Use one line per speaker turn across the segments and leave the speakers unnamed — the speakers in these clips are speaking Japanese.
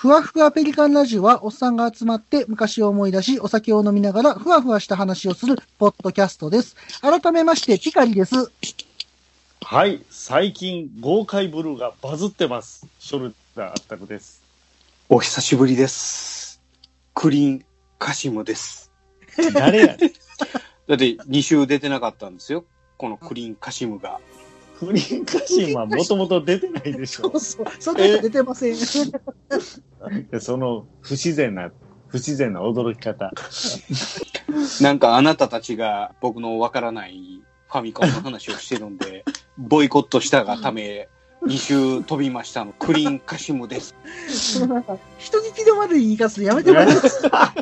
ふわふわペリカンラジオは、おっさんが集まって昔を思い出し、お酒を飲みながら、ふわふわした話をする、ポッドキャストです。改めまして、ピカリです。
はい、最近、豪快ブルーがバズってます。ショルダーあったくです。
お久しぶりです。クリーンカシモです。
誰やねん
だって2週出てなかったんですよ。このクリーンカシムが。
クリーンカシンはもともと出てないでしょ。
そう、外に出てませ ん。
でその不自然な、不自然な驚き方。
なんかあなたたちが僕のわからないファミコンの話をしてるん で、ボイコットしたがため2週飛びましたの。クリーンカシム です。
そのなんか、人聞きの悪い言い方するのやめてもらえますか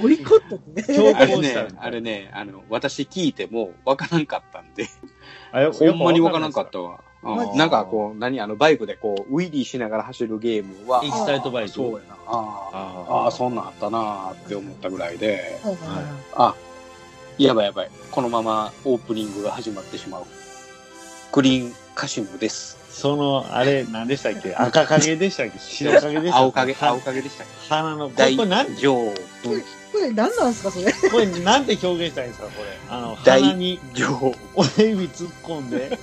ボイコットってね。
強
あれ
行した
ね
ん、だ
あれね、あの、私聞いてもわからんかったんで、
あや
ほんまにわからんかっ。
やぱ
たわ。
マジ
うんなんかこう、何あの、バイクでこう、ウィリーしながら走るゲームは
エ、キサイトバイク。
そうやな。あー
あ
ああ、そんなんあったなーって思ったぐらいで、
はいはいはい
あ、やばいやばい。このままオープニングが始まってしまう。グリーンカシムです。
あ。その、あれ、何でしたっけ赤影でしたっけ白影でしたっけ
青影、
は
青影でしたっ
花の、こ
け
れこれなん、
大丈夫。
これ何なんですか、それ。
これなんて表現したらいいんですか、これ。あの、
大
鼻に
丈夫。
親指突っ込んで、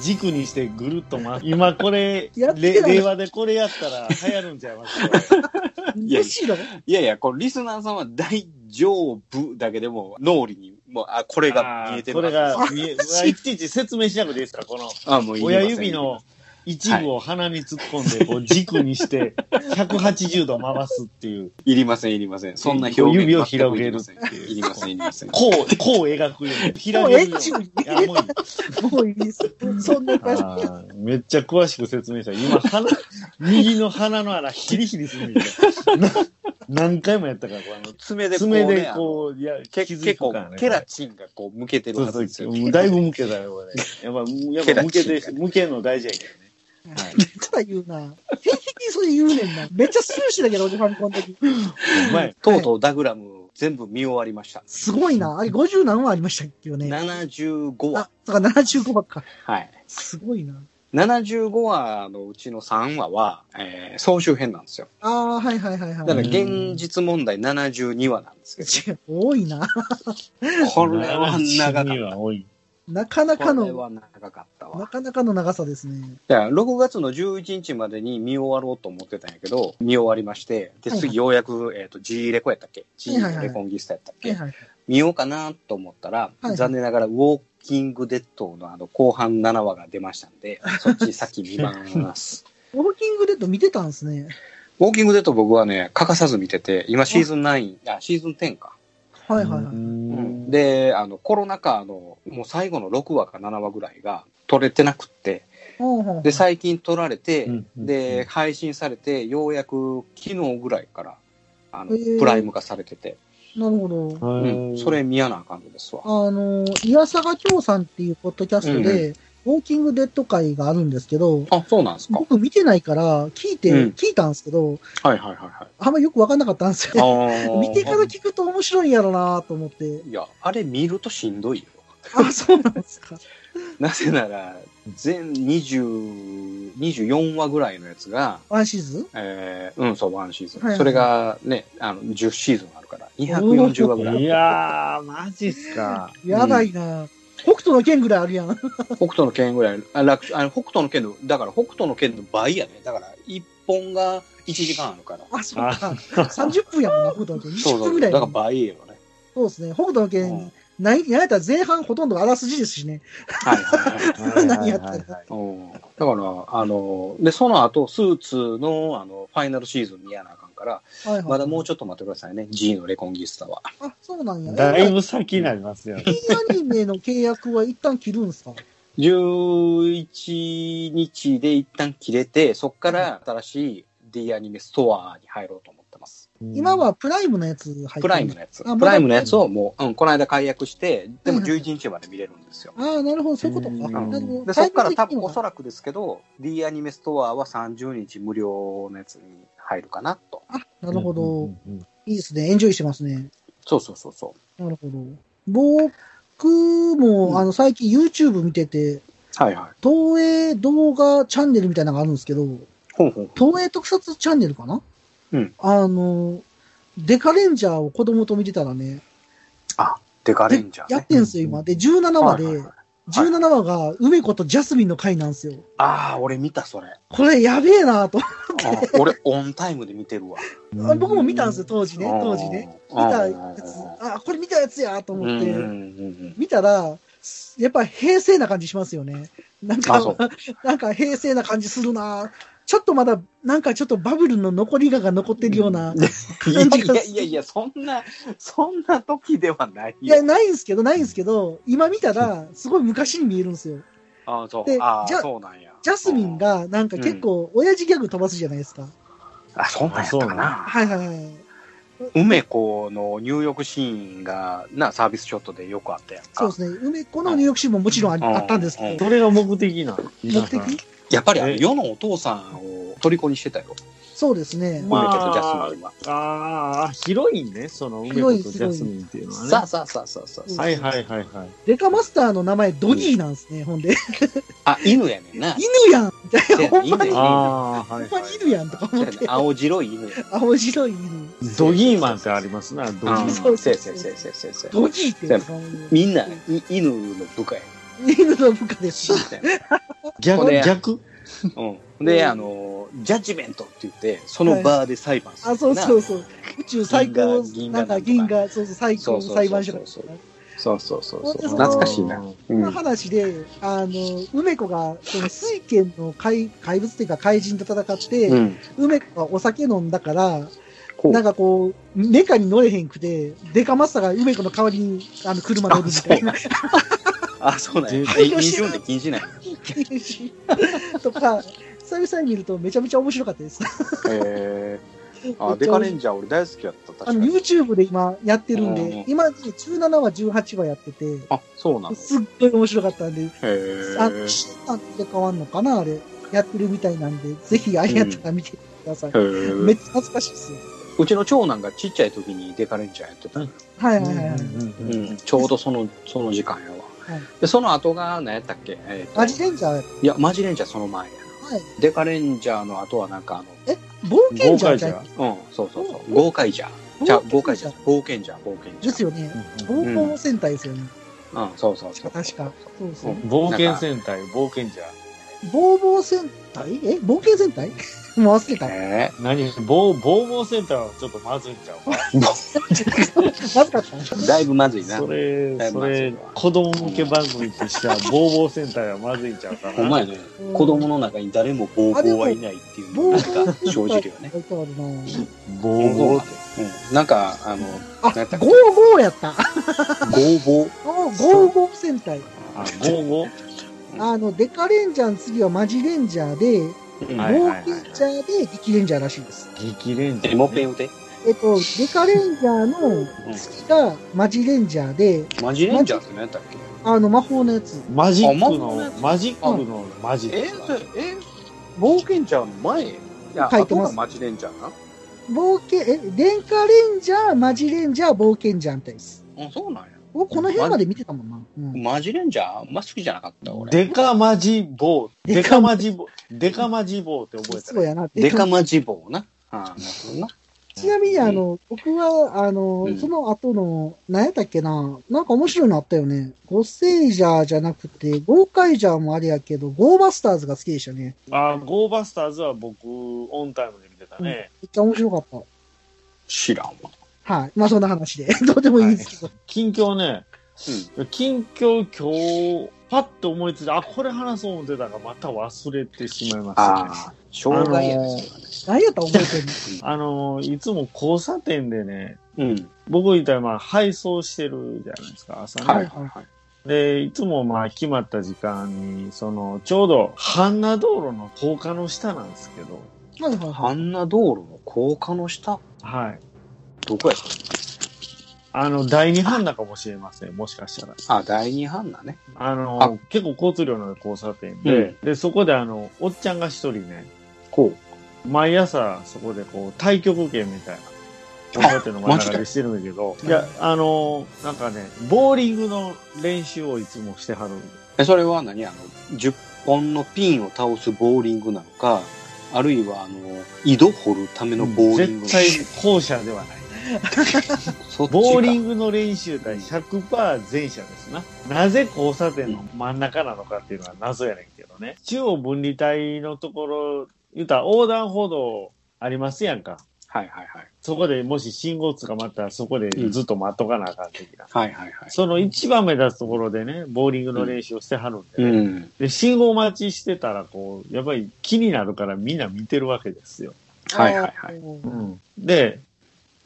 軸にしてぐるっと回す。今これ、
や
れ
ってない
令和でこれやったら流行るんちゃいますかこれ
や
むしろ。
いやいや、これリスナーさんは大丈夫だけでも脳裏に、もう、あ、これが見えてる
これ
はず
が見え、うわいちいち説明しなくていいですかこの
あ、もういりませ
親
ん
指。の一部を鼻に突っ込んで、こう軸にして、180度回すっていう。
いりません、いりません。そんな表現。
指を広げる
全くいりません。いりません、いりません。
こう、こう描くように。広げ
もう円
るよ
柱に
うに。いやもういい
もういいです。そんな感じ。
あーめっちゃ詳しく説明した。今、鼻、 右の鼻の穴、ヒリヒリするんだけどな何回もやったから、こうあの
爪でこう、ね、
爪でこう、いや、
け
気づ
結
く
構
からね。
ケラチンがこう向けてる
そ
は
う
ず
そう
ですよ。
もうだいぶ向けたよ、俺。やっぱ、やっぱ向けて、向けるの大事やけ
ただ言うな。定期的にそれ言うねんな。めっちゃスルーしてたけど、俺ファミコンの時。
ど。うまい。
とうとうダグラム全部見終わりました。
すごいな。あれ、50何話ありましたっけよね。
75話
あ。、そうか、75話か。
はい。
すごいな。
75話のうちの3話は、えー総集編なんですよ。
ああ、はいはいはいは
だ
い。
から現実問題72話なんですけ
違う 多いな。
ど、これは長かっ
趣味は多い。
なかな
た。
か
これ
の、
は長かった
な
わ。
かなかの長さですね。
いや6月の11日までに見終わろうと思ってたんやけど、見終わりまして、で、
はいはい
次ようやく、えっ、と、G レコやったっけ ?G
はいはいはい
レコンギスタやったっ
はい
け
はい。
見ようかなと思ったら、
はい
残念ながら、ウォーキングデッドのあの後半7話が出ましたん で、そっち先見ます。
ウォーキングデッド見てたんですね。
ウォーキングデッド僕はね、欠かさず見てて、今シーズン9、あ、シーズン10か。
はいはいは
う
い。
んで、
で、あの、コロナ禍の、もう最後の6話か7話ぐらいが撮れてなくって、
ほうほう
で、最近撮られ
う
て
ん、
で、配信されて、ようやく昨日ぐらいから、あの
へー、
プライム化されてて、
なるほど。
うん、そ、れ見やなあかんのですわ。
あの、いやさがきょうさんっていうポッドキャストで、ウォーキングデッド会があるんですけど、
あ、そうなんですか。
僕見てないから、聞いて、
うん
聞いたんですけど、
はいはいはいはい。
あんまよくわかんなかったんですよ。
あー
見てから聞くと面白いんやろなと思って。
いや、あれ見るとしんどいよ。
あ、 そうなんですか。
なぜなら、全20 24話ぐらいのやつが、
ワンシーズン
えー、うん、そう、ワンシーズン。
はいはい
それがね、あの、10シーズンあるから、240話ぐらいあ
い
る。
やー、マジっすか。
やばいな、北斗の剣ぐらいあるやん。
北斗の剣ぐらい、あ楽勝あの北斗の剣の、だから北斗の剣の倍やね。だから、1本が1時間あるから。
あ、そうか。30分やもんな、北斗の剣。
そ
20
うそ
分
う。
ぐら
だ
い
か
や
ら
もん。
倍よね。
そうですね。北斗の
うん
剣、ない、なんやったら前半ほとんどあらすじですしね。
はいはいはい。
何やってん
はい
うんだから、あの、で、その後、スーツの、あの、ファイナルシーズン見やなあかんから、
はいはい。
まだもうちょっと待ってくださいね。G のレコンギスタは。
あ、そうなんや。
だいぶ先になりますよね。
え。アニメの契約は一旦切るんすか
11日で一旦切れて、そこから新しい D アニメストアに入ろうと思ってます。
今はプライムのやつ入ってる
プライムのやつ。
あまだ
プライムのやつをもう、うん、この間解約して、でも
はいはい
11日まで見れるんですよ。
ああ、なるほど、そういうことか。
うん
なるほど
で、そこから多分お
タイ
そらくですけど、D アニメストアは30日無料のやつに入るかなと。
ミング的にはなるほ
う
ど。
んうんうん。
いいですね。エンジョイしてますね。
そうそうそうそう。
なるほど。僕も、
うん
あの、最近 YouTube 見てて、
はいはい。
東映動画チャンネルみたいなのがあるんですけど、
ほんほん。
東映特撮チャンネルかな
うん。
あの、デカレンジャーを子供と見てたらね、
あ、デカレンジャー、ね。
やってんすよ、今。で、17話で、
はいはいはい
17話が梅子とジャスミンの回なんですよ。
ああ、俺見た、それ。
これやべえなと。
あ俺、オンタイムで見てるわ。
僕も見たんですよ、当時ね、
うん
当時ね。見
うん
たやつ、あ、これ見たやつやと
う
思
んうん
っ
う
て、
ん
見たら、やっぱ平成な感じしますよね。なん
あそ
か
う、
なんか平成な感じするなちょっとまだ、なんかちょっとバブルの残りがが残ってるような。
うん。いやいやいやいや、そんな、そんな時ではない
い
よ
や、。ないんですけど、ないんですけど、今見たら、すごい昔に見えるんですよ。
ああ、そう
で。
ああ、
じゃ
そうなんや。
ジャスミンが、なんか結構、親父ギャグ飛ばすじゃないですか。
あ、そんなんやったかな。
はいはいはい。
梅子の入浴シーンが、な、サービスショットでよくあったやん
そう
か
で。すね。梅子の入浴シーンももちろんあり
うん
あったんですけど、
どれが目的なの
目的
やっぱりあの
え
世のお父さんを虜にしてたよ。
そうですね。
ま
梅
あ
子とジャスミンは。
ああ、広いね、その梅子とジャスミンっていうの
さ
は
あ
ね。
さあさあさあさあ。
はいはいはいはい。
デカマスターの名前、ドギーなんですね、ほんで。
あ、犬やねんな。
犬やんみたい
そうや
な。
ね
ほんま
犬
に、ほ
や
ああ、はい
んまに犬やんとか
そう
思
や
っ
ね
て。
青白い犬や。
青白い犬。
ドギーマンってありますな、ドギ
あ
ー
あ、
マン。
そう
せ
そう
や
そ
せ
う
やせやせやせやせや
ドギーって言うんですか
みんな、い犬の部下や。
犬の部下です。
逆、逆
うん。で、あの、ジャッジメントって言って、その場で裁判する。。
あ、そうそううそう。宇宙最高、
銀
な
河
んか銀
銀河
河、そうそう、最
そ
高
うそうそうそう
裁判所だっ
そう
た。
そうそうそうそう。
そう
懐かしいな。。
こ
う
の
ん。
話で、あの、梅子が、その水拳の怪怪物っていうか怪人と戦って、
うん。
梅子がお酒飲んだから、
こ
なんかこう、メカに乗れへんくて、デカマスターが梅子の代わりに、あの、車乗るみたいな。
あ、そうなんや。
はい
飲酒運転禁止なんや。
とか、久々に見るとめちゃめちゃ面白かったです。
へえ。
め
あ、
っちゃ
デカレンジャー俺大好きやった、確
あ
か
の、
に。
YouTube で今やってるん
うんうん
で、今、17話、18話やってて、
あ、そうなの。へ
すっごい面白かったんで、あ
え
の、。シーンって変わんのかなあれ。やってるみたいなんで、ぜひあれやったら見てください。め
へ
っちゃ懐かしいっすよ。
うちの長男がちっちゃい時にデカレンジャーやってた、うん
はいはいはい。
ちょうどそのその時間やわ、
はい
でその後が何やったっけ、えーと
マジレンジャー、はい。
いやマジレンジャーその前やなデカレンジャーの後はなんか
冒険者みたいな
冒。
あのうんそうそうそう豪快じゃじゃあ豪快じゃ冒険じゃ冒険じ
で
ゃ
すよね。
うん
暴行戦隊ですよね。
うんそうそうそう。
確か。そうそううん
冒険戦隊、冒険者。
暴暴戦隊え冒険戦隊 もう忘れた。
え
何暴、暴暴戦隊はちょっとまずいんちゃう
まずかった。
ーだいぶまずいな
それ
だい、ぶ
そ
まずい
れ、子供向け番組としては、ボーボー戦隊はまずいんちゃうかな。
ほんまやね子供の中に誰も暴行はいないっていうの
暴行
がなんか
戦
生じ
隊
るよね
書いてあるなぁ
ボーボーって。
うん、なんかあの
あ、
何やったっけ
ゴーゴーやった。
剛暴
ゴーゴーゴー戦隊。
あ、ゴーゴー
あの、デカレンジャーの次はマジレンジャーで、
うん
はい
冒険ジャーで激レンジャーらしいです。
激レンジャー
え
ね。
もう一遍言うて
えっと、デカレンジャーの次がマジレンジャーで、
マジレンジャーって何やったっけ
あの、魔法のやつ。
マジック
あま
の
あ、
マジックのマジ
え
ック
それえ冒険者の前いや
書いてます
後がマジレンジャーな
冒険、え、デカレンジャー、マジレンジャー、冒険ジャーみたいです。
うんそうなんや
おこの辺まで見てたもんな。うん、
マジレンジャーあんま好きじゃなかった俺
デカマジボー。デカマジボー。デカマジボーって覚えた
そう
ら。
やな。
デカマジボウなああなるほどな
ちなみに、あの、僕は、あの、
うん
その後の、何やったっけな、なんか面白いのあったよね。ゴッセイジャーじゃなくて、ゴーカイジャーもあれやけど、ゴーバスターズが好きでしたね。
あ、ゴーバスターズは僕、オンタイムで見てたね。
めっちゃ面白かっ
知らんわ
た。はい。まあ、そんな話で。 どうでもいいんですけど。
近況ね、近況今日、パッと思いついて、あ、これ話そう思ってたが、また忘れてしまいましたね。
ああ障害やね
何やったら覚えてんの
あの、いつも交差点でね、
それはね
僕みたいにまあ配送してるじゃないですか、朝
うん
ね。
はいはいはい
で、いつもまあ決まった時間に、その、ちょうど、半ナ道路の高架の下なんですけど、
はいはいは
あ
い。
んな道路の高架の下
はい。
どこやった
あの、第二版だかもしれません、もしかしたら。
あ第二版だね
あの、
あ
結構交通量の交差点で、で、そこであの、おっちゃんが一人ね、
こ
毎朝そこでこう、対極拳みたいな。交差点の真ん中でしてるんだけど、
ジ
い
で。
や、あの、なんかね、ボーリングの練習をいつもしてはる。
うえそれは何あの10本のピンを倒すボーリングなのかあるいは、あの、井戸掘るためのボーリング。
絶対後者ではない。
そっちか
ボーリングの練習会100%前者ですな。なぜ交差点の真ん中なのかっていうのは謎やねんけどね。中央分離帯のところ、言うたら横断歩道ありますやんか。
はいはいはい。
そこでもし信号捕まったらそこでずっと待っとかなあかん的な。
はいはいはい。
その一番目立つところでね、ボーリングの練習をしてはるんで、ね
うん。
で、信号待ちしてたら、こう、やっぱり気になるからみんな見てるわけですよ。
はいはいはい
で、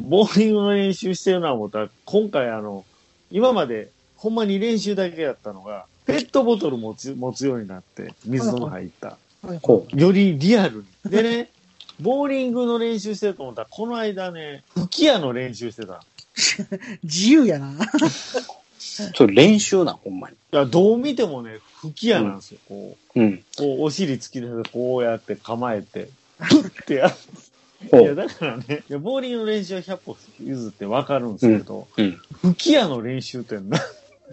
ボーリングの練習してるな思ったら、今回あの、今までほんまに練習だけやったのが、ペットボトル持つ持つようになって、水の入った。
はい
こ
よりリアルに。でね、ボーリングの練習してると思ったら、この間ね、吹き矢の練習してた。
自由やな。
う。それ練習な、ほんまに。
いや、どう見てもね、吹き矢なんですよ。こう、
うん。
こうお尻突き出て、こうやって構えて、 プッてやる
ほ
いや、
う。
だからね、いやボーリングの練習は100歩譲ってわかるんですけど、
うん。
吹き矢の練習ってな、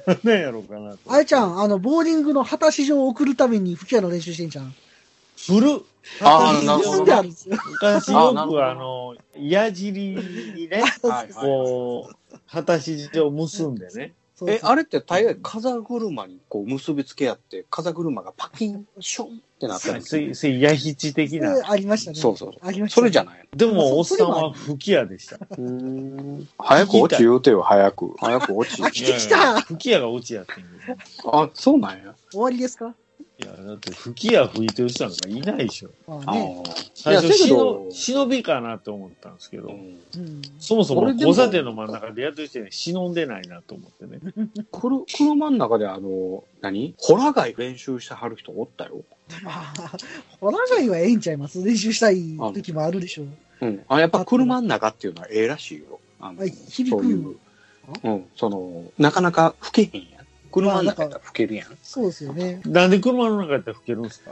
なんやろうかなと。
あれちゃん、あの、ボーリングの果たし状を送るために吹き矢の練習してんじゃん。
振る。
あーなるほ
進ん
ど
で
ね
あるんですよ。
昔
あ
よ
ーなるほ
く
ど
あの、矢尻にね、
はいは
こう、果たし状を結んでね。
そう
い。
そう
え、あれって大概風車にこう結びつけ合って、風車がパキン、ションってなったんです
せ
よ
い、せい、矢筆的な。
ありましたね。
そうそうそ
ありま
う。
した
そ
ね、
れじゃない
でも、おっ
そ
さ
れ
ん
は
は吹き矢でした。
早く落ち言うてよ、早く。早く落ち。
あ、来てきた
吹き矢が落ちやってんけど
あ、そうなんや。
終わりですか
いや、だって吹き矢吹いてる人なんかいないでしょ。
ま
あ
あね。
ー
最
いや、
初、
せやけど
忍、忍びかなと思ったんですけど。
うん
うん。
そもそも
俺でも
交差点の真ん中でやってる人に忍んでないなと思って ね。
この車の中であの、何ホラガイ練習してはる人おったよ。
まあ、ホラガイはええんちゃいます練習したい時もあるでしょう。
うん。あ、やっぱ車の中っていうのはええらしいよ。あの
はい響
そう
く
いう。うん。その、なかなか吹けへんやん。車の中やったら吹けるやん。
そうですよね。
なんで車の中やったら吹けるんですか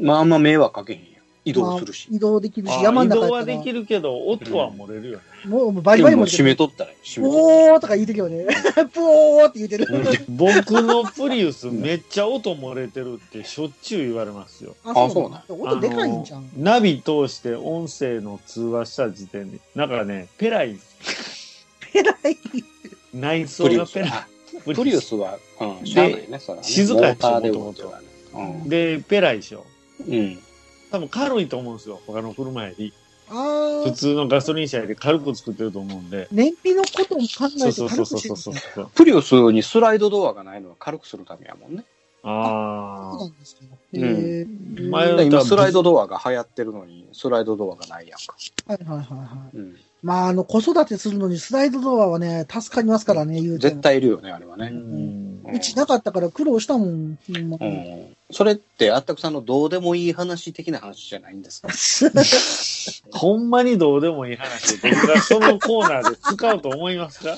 まああんま迷惑かけへんやん。移動するし
まあ。移動できる
あ
し、
ー
山
移
の中や
動は
った
で
ら
きるけど、音は漏れるよね。
もうもうバリバリ
でも
も
もう閉めとったらいい。閉めとっ
おーとか言うてきよね。 ぽーって言うてる。
僕のプリウスめっちゃ音漏れてるってしょっちゅう言われますよ。
あ
あ
音でかいんじゃ
あの
ん。
ナビ通して音声の通話した時点で、なんかね、ペライ、
えらい。
内装
プリ
が
ウス
ペラ
は。あプリウスは、うん、しゃあないね、そらね。
静かや
モー
し
ターで動
も
いて
と
る
も
か
と
らね。うん。
で、ペライでしょ。
うん。
多分軽いと思うんですよ。他の車より。
あ
普
ー。
通のガソリン車より軽く作ってると思うんで。
燃費のことも考え
そう
て
そ
軽
うそう
く
そ
してる
うそうそ
ん
う
ですね。
プリウスにスライドドアがないのは軽くするためやもんね。
あ
そう
あ
な。んですけど。へー
前
はい
は
今スライドドアが流行ってるのに、スライドドアがないやんか。
はいはいはい。
うん。
まあ、あの、子育てするのにスライドドアはね、助かりますからね、言うても
絶。対いるよね、あれは
う
ね。
ん
う
うちなかったから苦労したも ん。ほんま
うん。それって、あったくさんのどうでもいい話的な話じゃないんですか
ほんまにどうでもいい話を僕がそのコーナーで使うと思いますか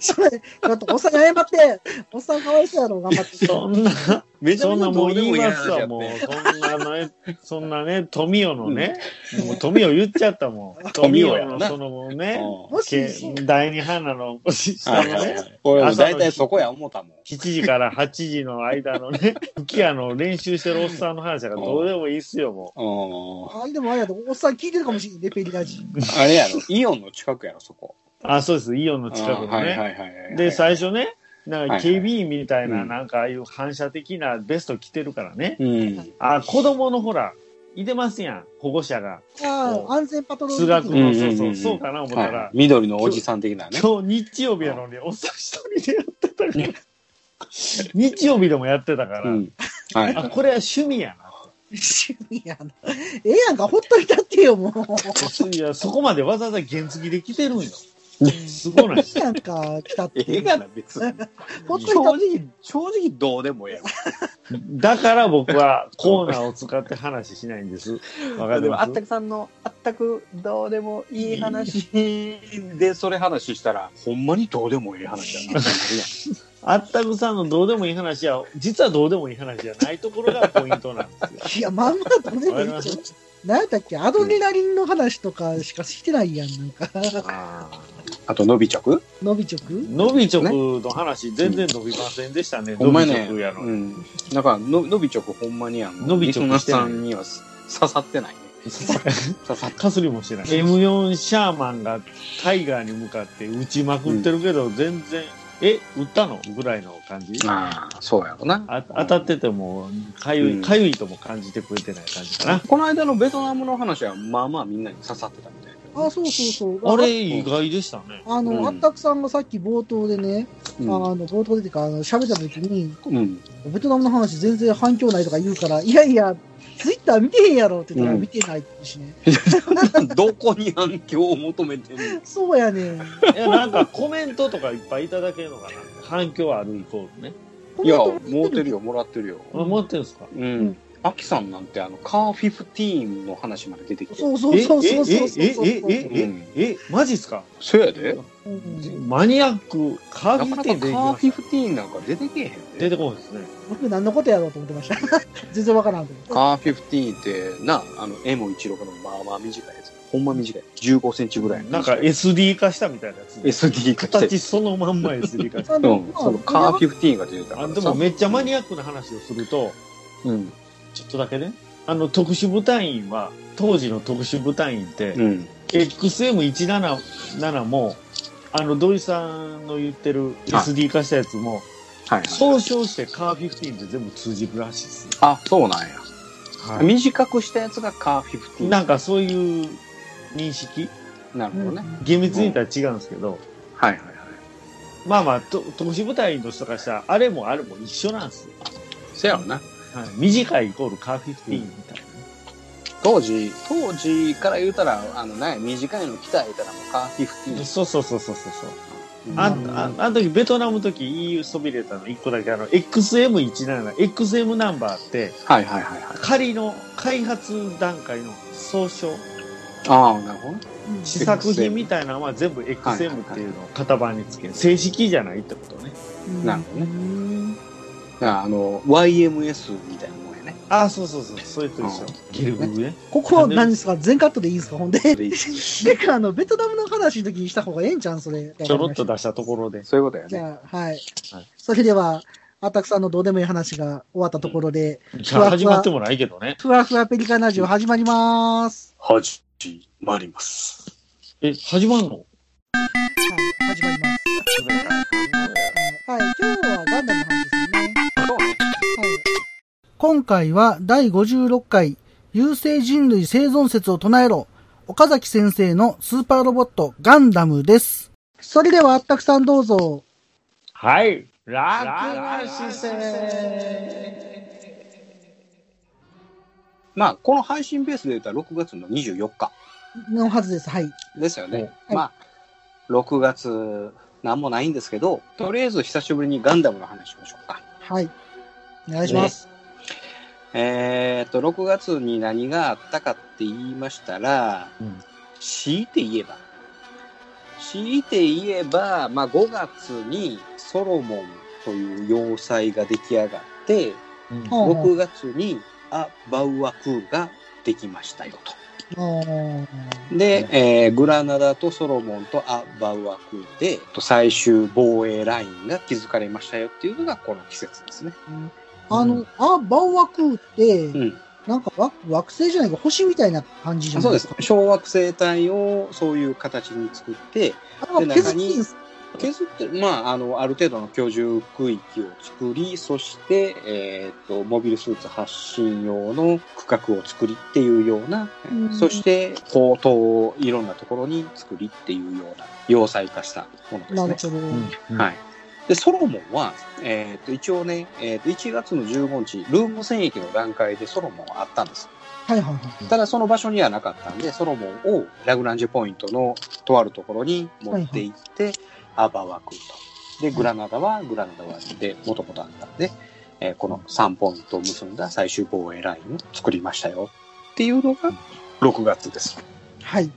それ、だっておっさんが謝って、おっさんかわいそうやろ、頑張って。
そんな、
め
そんなもう言います
や
わ、
っ
もう。
て。
そんなね、そんなね、富代のね、もう富代言っちゃったもん。
富
富
代や
代
な
のそのね、
も
け
し、そう
第二花の下
はい
の
はい
ね
は、い俺、大体そこや思ったもん。
7時から8時の間のね、吹き矢の練習してるおっさんの話だからどうでもいいっすよ、も
うん
あれでもあれやと、おっさん聞いてるかもしれんね、ペリラジ。
あれやろ、イオンの近くやろ、そこ。
う。あ、そうです、イオンの近くのね。
あーはいはいはいはい。
で、最初ね、なん
は
か
いはい
警備員みたいな、
うん
なんかああいう反射的なベスト着てるからね。
うん。
あ、子供のほら、いてますやん、保護者が。
ああ、安全パトロール。
通学
うんうん
の、
うん
そううんそう、そうかな思ったら、
はい緑のおじさん的なね。
今日日曜日やのに、おっさん一人でやってたから、 日曜日でもやってたから、
うん。はい。
あ、これは趣味やな。
趣味やな。ええやんか、ほっといたってよ、 もう。
いや、そこまでわざわざ原付で来てるんよ。
うん
すご ない。
なんか、来たって。
ええがな、別に。
ほっとい
正
たっ
直、正直どうでもええわ
だから僕はコーナーを使って話しないんです。わかり
でもあ
ま
っ
す
たくさんのあったくどうでもいい話でそれ話したらほんまにどうでもいい話だな
あったくさんのどうでもいい話は、実はどうでもいい話じゃないところがポイントなんですよ。
て。いや、まんまとね、
わかります
何やったっけアドレナリンの話とかしかしてないやん、なんか。
あと伸び直
伸び直
伸び直の話、全然伸びませんでしたね。
ほ
伸
んま
び
ね
直やの
う
に。
んだからの伸び直ほんまにあの
伸び直
リスナーさんには刺さってな いね。刺さっ
かすりもしてない M4 シャーマンがタイガーに向かって撃ちまくってるけど、全然え撃ったのぐらいの感じ
た。ああ、そうやろな。
あ当たっててもかゆ
うん
いかゆいとも感じてくれてない感じかな、
この間のベトナムの話は、まあまあみんなに刺さってたみたいな。
あ、そうそうそう。
あれ意外でしたね
あの、
うん
あったくさんがさっき冒頭でね、
うん
あの、冒頭でっていうか、あの、喋った時に、
うん。
ベトナムの話全然反響ないとか言うから、いやいや、ツイッター見てへんやろって言ったら
うん
見てないしね。
どこに反響を求めて んの
そうやねん。
いやなんかコメントとかいっぱいいただけるのかな反響あるイコールね
いや、もうてるよ、もらってるよ。
うん
思ってるんですか
うん。アキさんなんて、あの、カーフィフティーンの話まで出てきてる。
そうそうそうそうそうそう
え
そう。
えええ
う
え
ん
えマジっすか
そうやで。
うん
マニアックカー
な
ビィ
かなかカ
店で
ー
行
フ
き
ィ
まし
フティーンなんか出てけえへん
た出
で
てこないですね
僕何のことやろうと思ってました。 全然わからんと思って。
カーフィフティーンって、な、あの、絵も一郎からもまあまあ短いやつ。ほんま短い。15センチぐらい。
なんか SD 化したみたいなやつ
SD 化して
形そのまんま SD 化した
あ
うん、
まあ
そのカーフィフティーンが出てたか
あ
ら
でもめっちゃマニ
ア
アックな話をすると、
うん。
ちょっとだけね、あの特殊部隊員は、当時の特殊部隊員って、
うん。
XM177 も、あの土井さんの言ってる SD 化したやつも、
はい、はい。
総称してカー15って全部通じるらしいですよ。
あ、そうなんや。
はい
短くしたやつがカーフィフティーン。
なんかそういう認識
なるほどね。
厳密に言ったら違うんですけど、
はいはいはい。
まあまあ、と特殊部隊員の人からしたら、あれもあれも一緒なんですよ。
せやろな。
はい、短いイコールカー15みたいな。
当時、当時から言うたら、あのね、短いの来た言うたらもうカーフィフティーンです。
そうそうそうそうそうそう。
うん
あ、
うん
ああの時、ベトナムの時 EU そびれたの1個だけ、あの、XM17、XM ナンバーって、
はいはいはいはい。
仮の開発段階の総称、
ああ、なるほ
う
ど。
ん
試作品みたいなのは全部 XM っていうのを型番につける。正式じゃないってことね。
うん
なるほど
う
ね
ん
だからあの、YMS みたいなもんやね。
ああ、そうそうそう、それと一緒。ゲルググね。
ここ何ですか全カットでいいですかほんで。
で
てか、あの、ベトナムの話の時にした方がええんじゃんそれ。
ちょろっと出したところで。
そういうことや
じ
ね。
ゃあ、はい。
はい
それでは、あたくさんのどうでもいい話が終わったところで、
じゃあ始まってもないけどね。
ふわふわペリカンラジオ始まります。
始まります。
え、始まん
はい、
の
始まります。はい、今日はガンダムの話ですね。今回は第56回、優生人類生存説を唱えろ、岡崎先生のスーパーロボットガンダムです。それではあったくさんどうぞ。
はい。楽な姿勢。
まあ、この配信ベースで言ったら6月の24日
のはずです。はい。
ですよね。
はい
まあ、6月、なんもないんですけど、とりあえず久しぶりにガンダムの話しましょうか。
はい。お願いします。
えーっと、6月に何があったかって言いましたら、
うん
強いて言えば、強いて言えば、まあ5月にソロモンという要塞が出来上がって、
うん
うん
6月にア・バウアクーができましたよと。
おー
で、えーグラナダとソロモンとア・バウアクーで、と最終防衛ラインが築かれましたよっていうのがこの季節ですね。
あ
う
の
ん、
あ、バウワクーって、
うん。
なんかわ惑星じゃないか、星みたいな感じじゃな
そ
いう
で
です
す
か。。
小惑星帯をそういう形に作って、
あ
で
削っ
中に
てんす
削って、まあ、あの、ある程度の居住区域を作り、そして、えーっと、モビルスーツ発信用の区画を作りっていうような、
うん
そして、砲塔をいろんなところに作りっていうような、要塞化したものですね。
なるほど。
うんうん
はい。で、ソロモンは、えーっと、一応ね、えーっと、1月の15日、ルーム戦役の段階でソロモンはあったんです。
はいはいはい。
ただその場所にはなかったんで、ソロモンをラグランジュポイントのとあるところに持って行って、アバワクと。で、グラナダはグラナダはで、もともとあったんで、えーこの3ポイントを結んだ最終防衛ラインを作りましたよっていうのが6月です。
はい。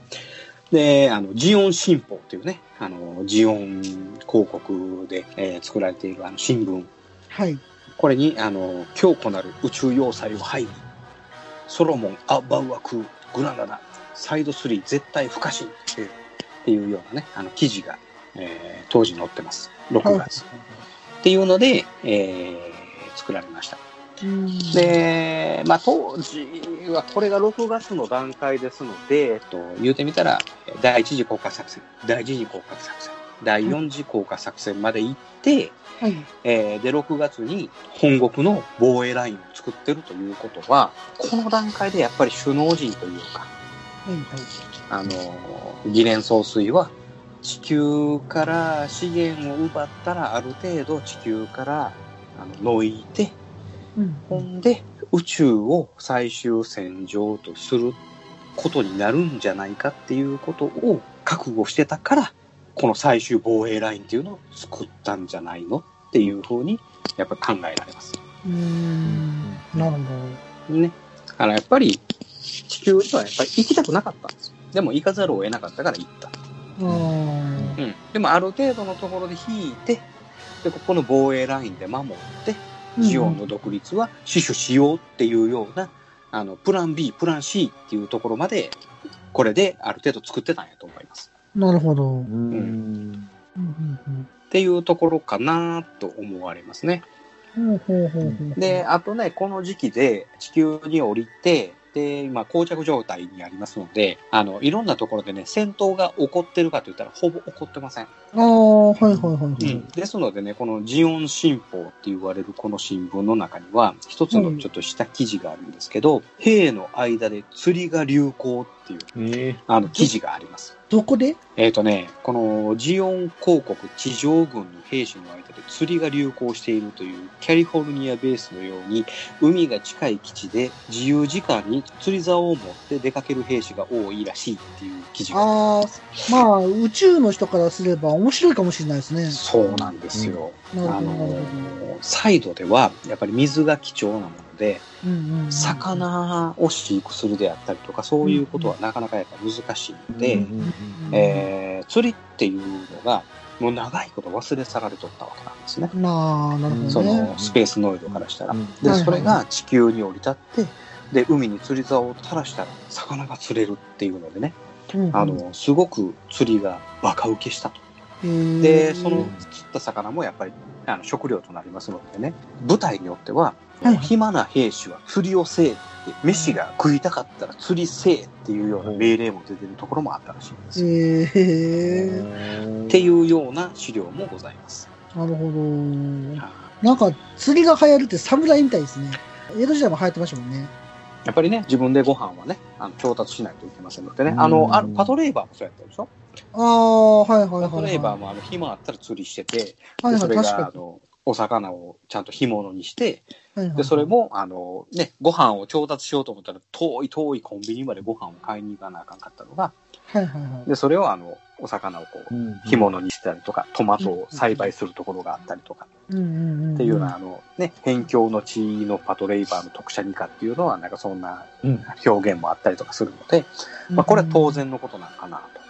で、あの、ジオン新報っていうね、あの、ジオン広告で、えー作られているあの新聞
はい。
これに、あの、強固なる宇宙要塞を配備。ソロモン、アバウアクー、グラナダ、サイド3絶対不可侵っていうっていうようなね、あの、記事が、えー当時載ってます。6月。
はい
っていうので、えー作られました。
うん
で、まあ、当時はこれが6月の段階ですので、えっと、言うてみたらえー第1次降下作戦第1次降下作戦第4次降下作戦まで行って、
はい。
えーで6月に本国の防衛ラインを作ってるということはこの段階でやっぱり首脳陣というか
はいはい。
あのー議連総帥は地球から資源を奪ったらある程度地球からあののいて
うん。
ほんで、宇宙を最終戦場とすることになるんじゃないかっていうことを覚悟してたから、この最終防衛ラインっていうのを作ったんじゃないのっていうふうに、やっぱ考えられます。
うーん。なるほど。
ね。だからやっぱり、地球にはやっぱり行きたくなかったんですよ。でも行かざるを得なかったから行った。
うーん。
うん。でもある程度のところで引いて、で、ここの防衛ラインで守って、ジオンの独立は死守しようっていうような、あの、プラン B、プラン C っていうところまで、これである程度作ってたんやと思います。
なるほど。うん
ん。
うん
っていうところかなと思われますね。
うん。ほうほうほうほう。
で、、あとね、この時期で地球に降りて、で、今、膠着状態にありますので、あの、いろんなところでね、戦闘が起こってるかといったら、ほぼ起こってません。
ああ、はいはいは
う
い
ん
は
う
い。
ん、ですのでね、このジオン新報って言われるこの新聞の中には、一つのちょっとした記事があるんですけど、兵の間で釣りが流行っていう
え
あの記事があります。
どこで
えっ、とね、このジオン広告地上軍の兵士の間で釣りが流行しているというキャリフォルニアベースのように、海が近い基地で自由時間に釣り竿を持って出かける兵士が多いらしいっていう記事が
ああ、まあ、宇宙の人からすれば面白いかもしれないですね。
そうなんですよ。
なる
あ
ほど、なる
の
ほど。
サイドではやっぱり水が貴重なもので、
うんうんうん
魚を飼育するであったりとかそういうことはなかなかやっぱ難しいので、
うんうん
うん
えー釣りっていうのがもう長いこと忘れ去られとったわけなんですね。
まあ、なるほ
そ
どね。
のスペースノイドからしたら。
う
で
はいはい
それが地球に降り立ってで海に釣り竿を垂らしたら魚が釣れるっていうのでね
うんうん
あ、のすごく釣りがバカ受けしたと。
へー
でその釣った魚もやっぱりあの食料となりますのでね部隊によっては、
はい
暇な兵士は釣りをせえって飯が食いたかったら釣りせえっていうような命令も出てるところもあったらしいんですよ、
へえ、
ん
っていうような資料もございます。
なるほど。
はい
なんか、釣りが流行るって侍みたいですね。江戸時代も流行ってましたもんね。
やっぱりね、自分でご飯はね、あの調達しないといけませんのでね
う、ん
あの、あのパトレーバーもそうやったでしょ
ああ、はいはいは
パ
い、は
ト
い。
レーバーもあの、暇あったら釣りしてて、
はいは
でそ
い、確
れが、
か
あの、お魚をちゃんと干物にして、
に。はいはい
で、それ、も、あの、ね、ご飯を調達しようと思ったら、遠い遠いコンビニまでご飯を買いに行かなあかんかったのが、
はいはいはい。
で、それをあの、お魚をこう、干物にしたりとか、トマトを栽培するところがあったりとか、
うんうんうん。
っていうような、あの、ね、辺境の地のパトレイバーの特殊二課っていうのは、なんかそんな
うん
表現もあったりとかするので、まあ、これは当然のことなのかな
うん。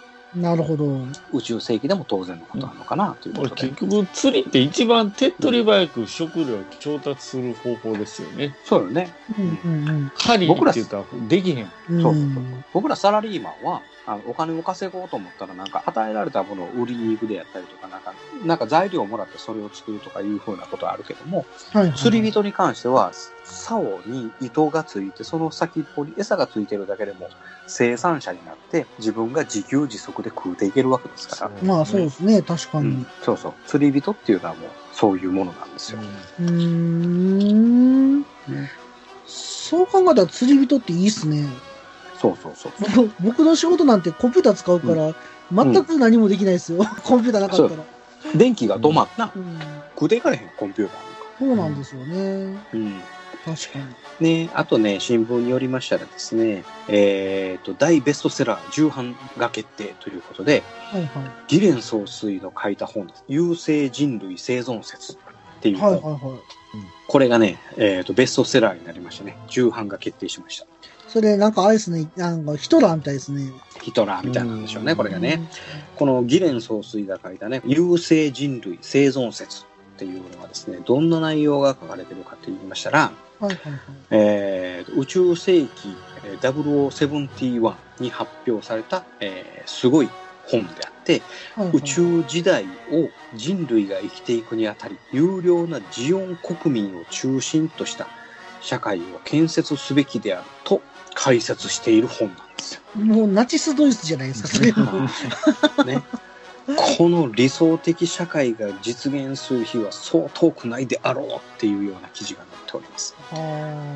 なるほど。
と。宇宙世紀でも当然のことなのかな、ということで
結。局釣りって一番手っ取り早く食料調達する方法ですよね。
そうよね。
うんうんうん。
狩りって言ったらできへん。
うん
そうそうそう僕らサラリーマンはあのお金を稼ごうと思ったらなんか与えられたものを売りに行くであったりとかなんかなんか材料をもらってそれを作るとかいうふうなことはあるけども
はいはい、
釣り人に関しては竿に糸がついてその先っぽに餌がついてるだけでも生産者になって自分が自給自足で食うていけるわけですから。
まあそうですね、確か
う
に
ん。、そうそう釣り人っていうのはもうそういうものなんですよ、
うーん。そう考えたら釣り人っていいっすね。
そうそうそう
僕僕の仕事なんてコンピューター使うから、全く何もできないですよ。コンピューターなかったら。
電気が止まった、
うん
食うていかれへんコンピューターな
そうな
んか
んですよね。
うん
確かに。
ね、あとね、新聞によりましたらですね、えっ、と、大ベストセラー重版が決定ということで、
はいは
ギレン総帥の書いた本です。優生人類生存説ってい
い。
う
は
本、
いはいはい。
これがね、えっ、と、ベストセラーになりましたね。重版が決定しました。
それなんかあれですね、なんかヒトラーみたいですね。
ヒトラーみたいなんでしょうね、
うん
これがね。このギレン総帥が書いたね、優生人類生存説っていうのはですね、どんな内容が書かれてるかって言いましたら、
うん。はいはいはい。
えー宇宙世紀えー0071に発表された、えーすごい本であって、
はいはい
宇宙時代を人類が生きていくにあたり、有料なジオン国民を中心とした社会を建設すべきであると解説している本なんですよ。
もうナチスドイツじゃない ですか、それ。
ね、この理想的社会が実現する日はそう遠くないであろうっていうような記事が載っております。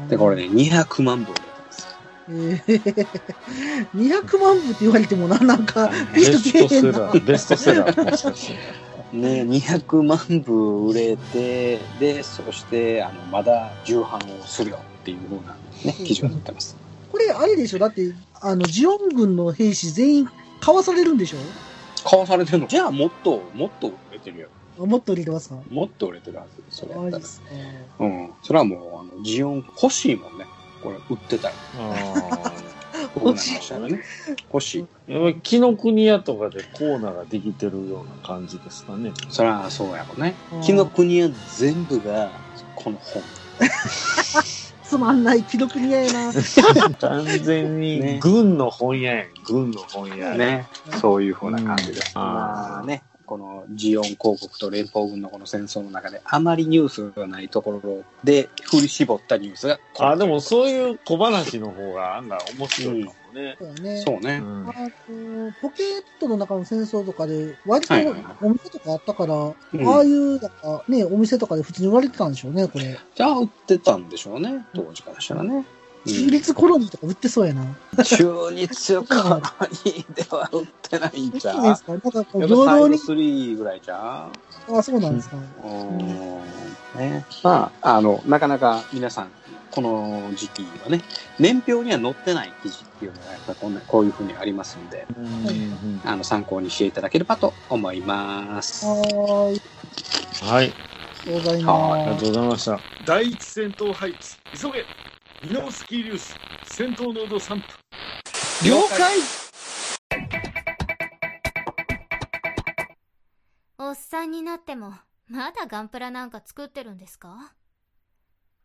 で、これね、200万部売れたんですよ。
えー200万部って言われてもな、なんか、ピ
ベ
ンと
スト
けえへ
セ
ん
ラ
な。
ー、ベストセラーもしかして。
ね、200万部売れて、で、そして、あの、まだ重版をするよっていうような、ね、記事が載ってます。
これ、あれでしょだって、あの、ジオン軍の兵士全員、かわされるんでしょ
買わされてるのじゃあ、もっと、もっと売れてるよ。
あもっと売れてますか
もっと売れてるはず。それや
マ
っ
ジ
た
っ
ら。
すか。
うん。それはもう、あの、ジオン欲しいもんね。これ、売ってたり。
あ
僕なんかしたらね。欲しい。
ーやっぱ紀ノ国屋とかでコーナーができてるような感じです かね。
そりゃそうやろね
うん。
紀ノ国屋全部が、この本。
つまんない、既読にややな。
完全に
ね
軍の本屋やん、軍の本屋やん。
ね、そういうふうな感じ
う
で
ん
まあね、このジオン公国と連邦軍のこの戦争の中で、あまりニュースがないところで、振り絞ったニュースがこれ
あ、でもそういう小話の方が案外面白いかもね。
そうね。
そうね。
うん
あと、ポケットの中の戦争とかで、割と
はいはいはい
お店とかあったから、
ん
ああいう、なんかね、お店とかで普通に売られてたんでしょうね、これ。
じゃあ、売ってたんでしょうね、当時からしたらね。うん
中立コロニーとか売ってそうやな。
中立からいいでは売ってない
売
ん
って
じゃ
ないで
ん
す。かなんかこう、
やっぱ
平
サイ
等
ド
に。
3ぐらいじゃん。
あ、そうなんですか。
ね、まあ、あの、なかなか皆さん、この時期はね、年表には載ってない記事っていうのが、やっぱこんな、こういうふうにありますんで、
うん
あの、参考にしていただければと思います。
はーい、
はい、
ござい
ありが
ま
と
す。
うございました。
第一戦闘配置急げミノフスキー粒子戦闘濃度3分
了解
おっさんになっても、まだガンプラなんか作ってるんですか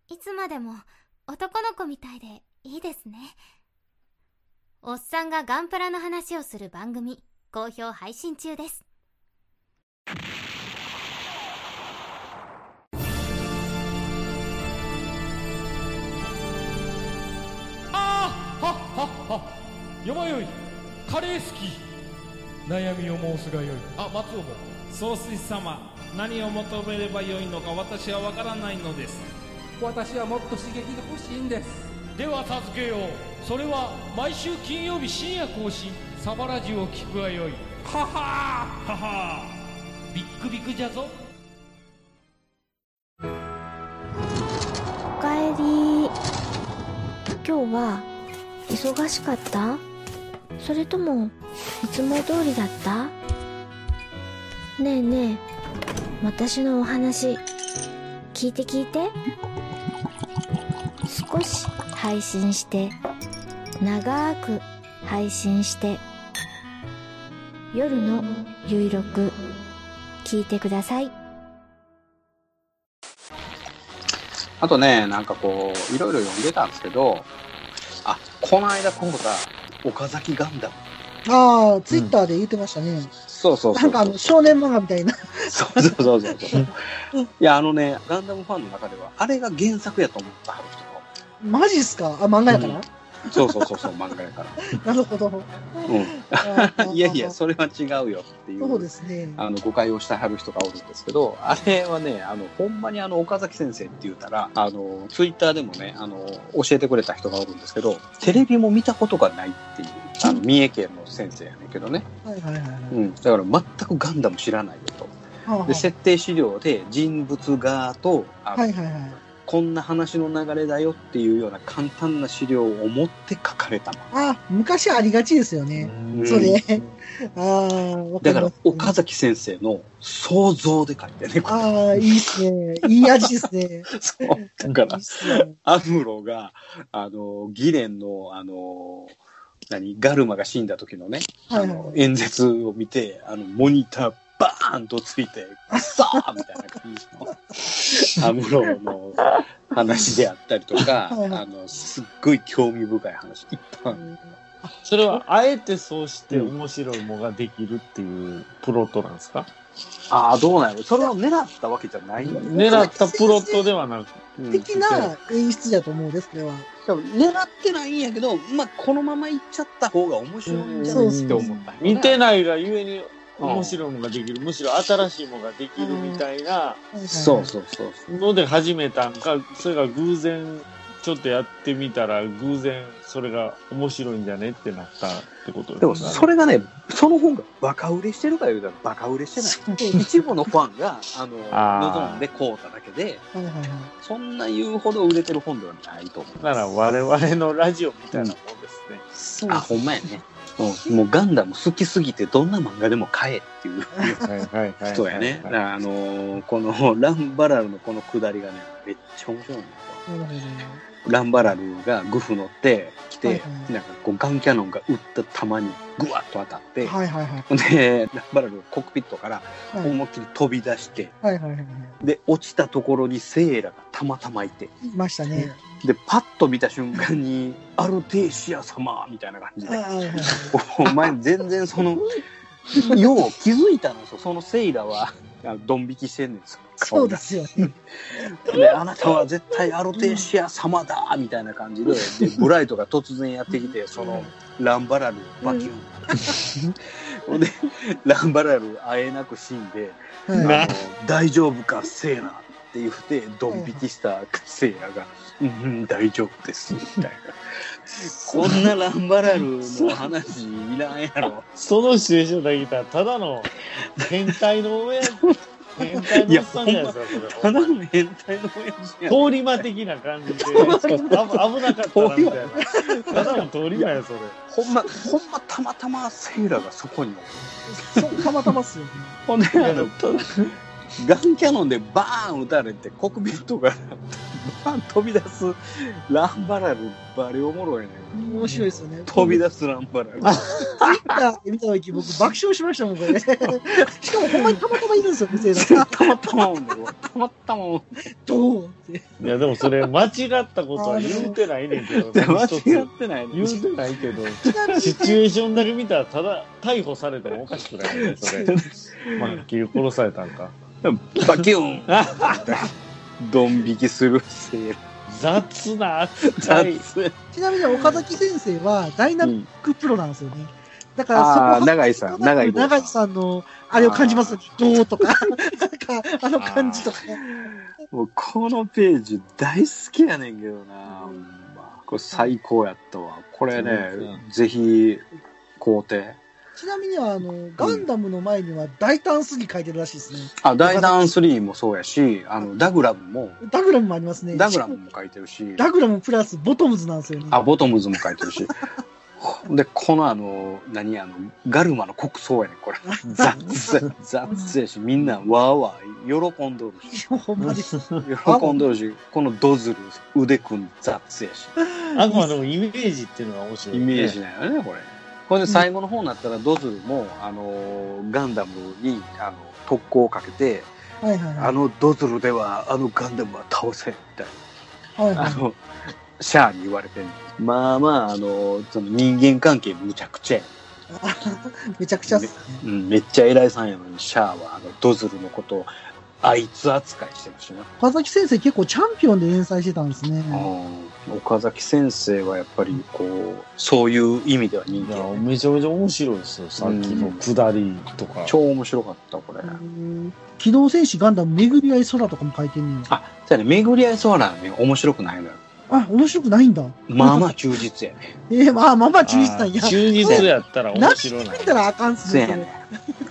いつまでも男の子みたいでいいですね。おっさんがガンプラの話をする番組、好評配信中です。
あーはっはっは山よいカレー好き悩みを申すがよいあ松尾も
総帥様何を求めればよいのか私は分からないのです
私はもっと刺激が欲しいんです
では助けようそれは毎週金曜日深夜更新サバラジュを聞くがよいははーははービックビックじゃぞ
おかえり今日は忙しかったそれともいつも通りだったねえねえ私のお話聞いて聞いて少し配信して長く配信して夜のゆいろく聞いてください
あとね、なんかこう、いろいろ読んでたんですけど、あ、この間こうだ、岡崎ガンダム。
ああ、ツイッターで言ってましたね。
そうそう
な
そ
ん
う
かあの、少年漫画みたいな。
そうそうそうそうそう。 いや、あのね、ガンダムファンの中では、あれが原作やと思ったはる人が
マジっすかあ、漫画やから、
そうそうそうそう、漫画やから。
なるほど。
う
あー
ん。いやいや、それは違うよっていう。
そうですね。
あの誤解をしてはる人がおるんですけど、あれはね、あのほんまにあの岡崎先生って言うたら、あのツイッターでもね、あの教えてくれた人がおるんですけど、テレビも見たことがないっていう、あの三重県の先生やねんけどね、
はいはいはいはい。
うん、だから全くガンダム知らないよ
はあは
と。
あ
で、設定資料で人物画と、あの
はいはいはい。
こんな話の流れだよっていうような簡単な資料を持って書かれたもの。
あ、昔ありがちですよね。
うん
それ。ああ、わかり
だか
ま
ら
す、
岡崎先生の想像で書いてね、こ
ああ、いいっすね。いい味ですね。
れ。 そう。だか
い
ら
いっ、すね。
アムロが、あの、ギレンの、あの、何、ガルマが死んだ時のね、
は
あ
いはいは
の
い、。
演説を見て、あの、モニター、バーンとついて、くそーみたいな感 じの、アムロの話であったりと
は
か、
いはい
あの、すっごい興味深い話、いっぱい。
それはあえてそうして面白いもができるっていうプロットなんですか、
ああ、どうなのそれを狙ったわけじゃないんだよ
狙ったプロットではなく
うん
的な演出だと思うんです、これは。
多分狙ってないんやけど、まあ、このままいっちゃった方が面白いんじゃない
うん
って思った。
見てないがゆえに面白いものができる、むしろ新しいものができるみたいな
そうそうそうそう。
ので始めたんか、それが偶然ちょっとやってみたら、偶然それが面白いんじゃねってなったってことです
でも、それがね、その本がバカ売れしてるか言うたらバカ売れしてない。一部のファンが、あの、
あー
望んでこうただけで、
はいはいはい。
そんな言うほど売れてる本ではないと思う。
なら我々のラジオみたいなもんですね。
あ、ほんまやね。うんもうガンダム好きすぎてどんな漫画でも買えっていう
はいはいはい。
人やね。だからあのーこのランバラルのこの下りがね、めっちゃ面白いんですよ。
なるほど
ランバラルがグフ乗って来て、
はいはい
なんかこうガンキャノンが撃った弾にグワッと当たって、
はいはいはい。
で、ランバラルがコックピットから
はい
思いっきり飛び出して、
はいはいはいはい。
で、落ちたところにセイラがたまたまいて、
いましたね。
で、パッと見た瞬間に、アルテーシア様みたいな感じ
はい
で、
はいはい。
お前全然その、よう気づいたのですよ。そのセイラは、あドン引きしてんですよ。
そうですよね。
であなたは絶対アルテシア様だみたいな感じででブライトが突然やってきてそのランバラルバキュン、 ほんでランバラル会えなく死んで「
はい
あの大丈夫かセーラ」って言ってドン引きしたセーラが「うんうん大丈夫です」みたいなこんなランバラルの話いらんやろ
そのシチュエーションだけたら、ただの変態の親、変態のおっさんじゃないですか、そ
た
れ
だの変態の親父やん
通り魔的な感じで、あぶ危なかったなみたいな。ただの通り魔や、それ。
ほんまほんまたまたまセーラがそこに
そうたまたまっすよね。
ほんで、あの、とガンキャノンでバーン撃たれて、コックピットからバーン飛び出すランバラル、バリおもろいね。
面白いですよね。
飛び出すランバ ラル。
た見た時僕爆笑しましたもん、 これ。しかもほんまにたまたまいるんですよ、店が。
たまたまおんねん たまたまおん
ドーンって。
いや、でもそれ、間違ったことは言うて ないねんけど、
ねん間
一つ
違ってない
言
ね。
うてないけど、
ちなみに
シチュエーションだけ見たら、ただ逮捕されてもおかしくないね、それ。まあ、結局殺されたんか。
バキュン ドン引きするせい
雑な扱
だ
い。
ちなみに岡崎先生はダイナミックプロなんですよね。だからそこ
あ
は
あ、永井さん、永井剛
長井
さ
さんのあれを感じますよね。どうとか、なんかあの感じとか。
ん。もうこのページ大好きやねんけどな。ほんまこれ最高やったわ。これ
そうです
ね、ぜひ、皇帝。
ちなみにはあの、ガンダムの前には大胆すぎ書いてるらしいですね。
あ、ダイダン3もそうやし、あの、ダグラムも、
ダグラムもありますね。
ダグラムも書いてるし、
ダグラムプラスボトムズなんですよね。
あ、ボトムズも書いてるし。 で、このあの、何あの、ガルマの国葬やねん、これ。雑、雑やし、みんなわーわー喜んどるし、
ほんまです。
喜んどるし、このドズル、腕組ん雑やし、
あくまでもイメージっていうのが面白い
イ
よね、
メージなんよね、これ。これで最後の方になったら、ドズルも、あの、ガンダムに、あの、特攻をかけて、
はいはい
あ
は
のドズルでは、あのガンダムは倒せん、みたいな。
い。はいは
あ
い
の、シャアに言われてんのまあまあ、あの、その人間関係むちゃくちゃや、
めちゃくちゃっすね。
うん、めっちゃ偉いさんやのに、シャアはあのドズルのことを、あいつ扱いしてるしな。
岡崎先生結構チャンピオンで連載してたんですね。
うん、岡崎先生はやっぱり、こう、そういう意味では人
い
間
や、めちゃめちゃ面白いですよ、さっきの下りとか。
超面白かった、これ。
うん機動戦士ガンダム巡り合い空とかも書いてんねん。
あ、そうやね、巡り合いそうなのね、面白くないのよ。
あ、面白くないんだ。
まあまあ忠実や ね。
えー、まあまあまあ忠実なんや。
忠実やったら面白いな
書いたらあかんっす
そ
ね
うや。
それ
ね。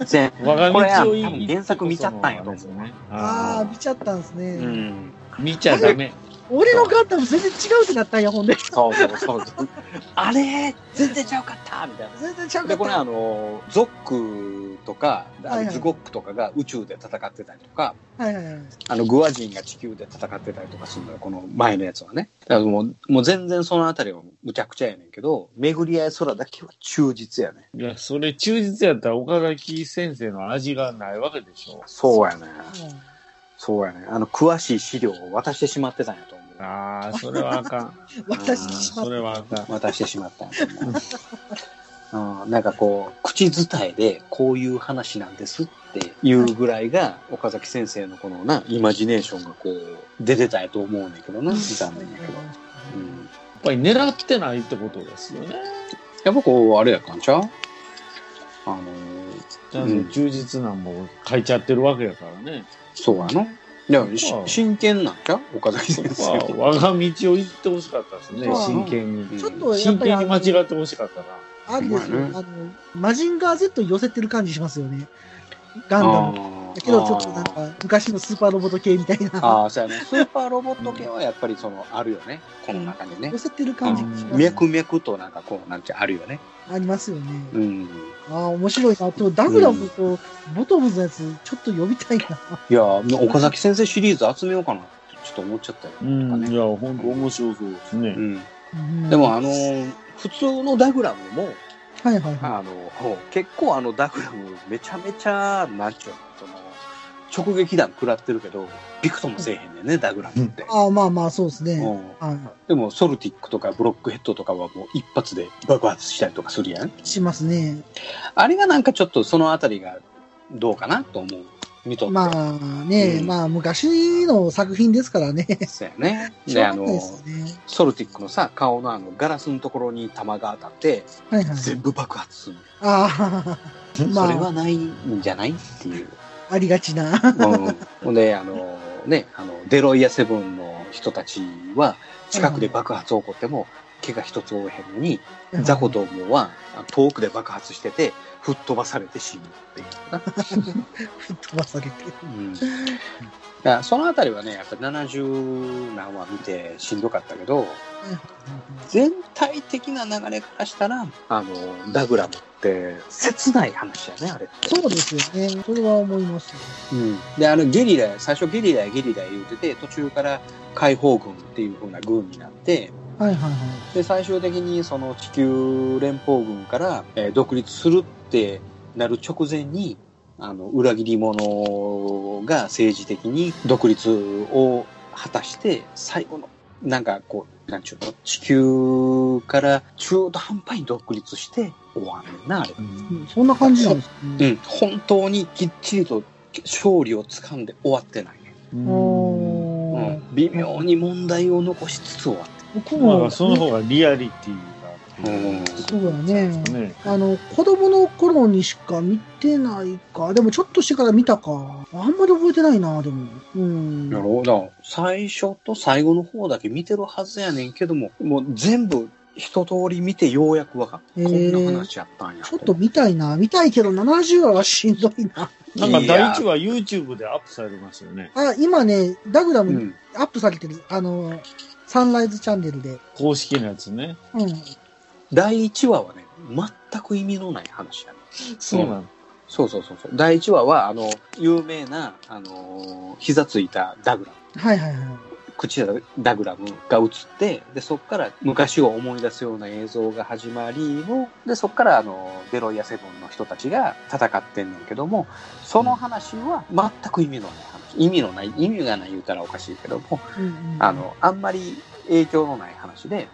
そうやね。
我が
これは
道を
多分原作見ちゃったんやと思う
そうね。
あ
あ
あ、見ちゃったんですね。
うん。
ー見ちゃダメ。
俺のガンダム全然違うってなったんや、ほんで。
そうそうそうそう。あれ全然ちゃうかったみたいな。
全然ちゃうか
で
っ
これあ
た。
のゾックとかあ
はい
の
はい
ズゴックとかが宇宙で戦ってたりとか
はいはいはい。
あのグア人が地球で戦ってたりとかするんだよこの前のやつはねだからもうもう全然そのあたりはむちゃくちゃやねんけど巡り合い空だけは忠実やね
いや、それ忠実やったら岡崎先生の味がないわけでしょ。
そうやねそうやねあの詳しい資料を渡してしまってたんやと思う
ああ、それはあかん。
私しまっ
それはあかん。
渡してしまったんやと思ううん、 なんかこう、口伝えでこういう話なんですっていうぐらいが、岡崎先生のこのな、イマジネーションがこう、出てたやと思うねんだけどな、残念やけど。うん。
ぱり狙ってないってことですよね。
やっぱこう、あれやったんちゃうあのー
ちゃんと
うん
忠実なもん書いちゃってるわけやからね。
そうやの。いや、し
うん
真剣なんちゃう岡崎先生
まあ、
は。
我が道を行ってほしかったですね、
そう
真剣に。
ちょっ
うん
とやっ
真
ぱり
剣
あ
に
の
間違ってほしかったな。
あれですよ、
まあ
あの、
ね
マジンガー Z に寄せてる感じしますよね。ガンダム。
あ
だけど、ちょっとなんか、昔のスーパーロボット系みたいな、
ああ、そうやね。スーパーロボット系はやっぱりその、あるよね。この中にね
寄。せてる感じがします
脈々となんかこう、なんていうあるよね。
ありますよね。
うん。
ああ、面白いな。でも、ダグラムとボトムズのやつ、ちょっと読みたいな。
いや、岡崎先生シリーズ集めようかなってちょっと思っちゃったよ。
うん、い
ね
や、本当面白そうですね。
うん。
うん
で、もあのー、普通のダグラムも、
はいはいは
あの、結構あのダグラムめちゃめちゃ、なんちゅうの、その、直撃弾食らってるけど、びくともせえへんねんね、ダグラムって
い。。ああ、まあまあ、そうです
う
ね。
ん
は
でも、ソルティックとかブロックヘッドとかはもう一発で爆発したりとかするやん。
い。しますね。
あれがなんかちょっとそのあたりがどうかなと思う。見とって。
まあね、
うん
まあ、昔の作品ですからね。
そうやね。
しょう
で、あ
がない
の、
ですね。
ソルティックのさ、顔のあの、ガラスのところに弾が当たって、
はいはい。
全部爆発する。
あまあ
それはないんじゃないっていう。
あ、ありがちな。
うん。ほんで、あの、ね、あの、デロイヤセブンの人たちは、近くで爆発起こっても、怪我一つ負えへんのに、ザ コどもは、遠くで爆発してて、吹っ飛ばされて死ぬっていうな。
吹っ飛ばされて。
うん。だからそのあたりはね、やっぱ70何話見てしんどかったけど、全体的な流れからしたら、あの、ダグラムって切ない話だね、あれって。
そうですよね。それは思います。
うん。で、あの、ゲリラや、最初ゲリラやゲリラや言うてて、途中から解放軍っていう風な軍になって、
はいはいはい。
で、最終的にその地球連邦軍から、えー独立するってなる直前に、あの、裏切り者が政治的に独立を果たして、最後の、なんかこう、なんちゅうの、地球から中途半端に独立して終わんねんな、あれ。
うんそんな感じなんです
う
ね。
ん、本当にきっちりと勝利をつかんで終わってないね。
うん
お
う
ー
ん、微妙に問題を残しつつ終わって
僕
ま
も、
あ、その方がリアリティがあって
うん
そうだね。
ね。
あの、子供の頃にしか見てないか。でもちょっとしてから見たか。あんまり覚えてないな、でも。うん。
るほど。最初と最後の方だけ見てるはずやねんけども、もう全部一通り見てようやくわかった。
へ
こ
ー
んな話やったんや。
ちょっと見たいな。見たいけど、70話はしんどいな。
なんか
いや
第1話 YouTube でアップされましたよね。
あ、今ね、ダグラ
う
ム
ん。
アップされてる。あの、サンライズチャンネルで。
公式のやつね。
うん。
第1話はね、全く意味のない話やね
そうなん
そうそうそうそう。第1話は、あの、有名な、あのー膝ついたダグラム
はいはいはい。
口ダグラムが映って、で、そこから昔を思い出すような映像が始まりの、で、そこからあの、デロイヤセブンの人たちが戦ってんねんけども、その話は全く意味のない話。意味のない、意味がない言うたらおかしいけども、
うんうん
あ、の、あんまり影響のない話で、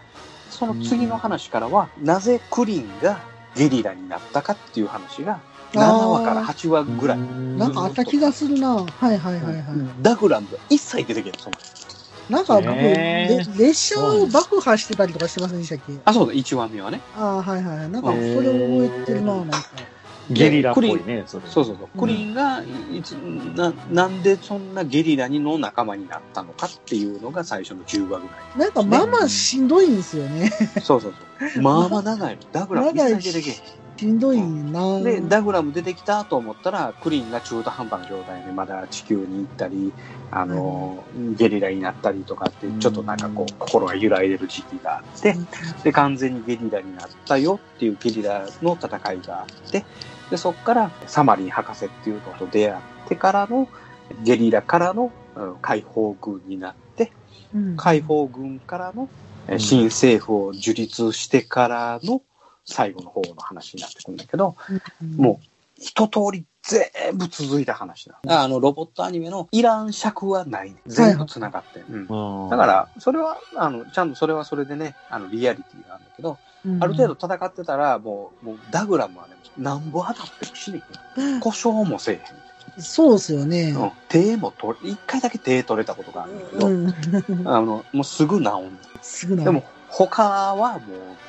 その次の話からは、なぜクリンがゲリラになったかっていう話が、7話から8話ぐらい。
なんかあった気がするな。はいはいはいはい。
ダグラムが一切出てけない、その
なんか僕、
へ
れ
ー
列車を爆破してたりとかしてませんでしたっけ
あ、そうだ、1話目はね。
ああ、はいはいはい。なんか、そ
へ
ー
れを覚えてるな、なんか。
ゲリラっぽいね、それ。
そうそうそう。クリーンがいつな、なんでそんなゲリラにの仲間になったのかっていうのが最初の10話ぐら
なんか、まあまあしんどいんですよね。
い。そうそうそう。まあまあ長いの。ダグラム一
長い
切出てけ
しんどいな。
えへんで、ダグラム出てきたと思ったら、クリーンが中途半端な状態でまだ地球に行ったり、あの、ゲリラになったりとかって、ちょっとなんかこう、心が揺らいでる時期があって、で、完全にゲリラになったよっていうゲリラの戦いがあって、で、そこからサマリン博士っていうのと出会ってからの、ゲリラからのうん解放軍になって、
うん
解放軍からのえー新政府を樹立してからの最後の方の話になってくるんだけど、もう一通り全部続いた話なの。あの、ロボットアニメのいらん尺はない、ね。全部繋がってる。うん
うん
だから、それは、あの、ちゃんとそれはそれでね、あの、リアリティがあるんだけど、
うん
ある程度戦ってたら、もう、もうダグラムはね、なんぼ当たっても死にへん。故障もせえ
そうっすよね
へん。。うん手も取れ、一回だけ手取れたことがあるんだけど、
うん。
あの、もうすぐ治んの
すぐな。
でも、、他はもう、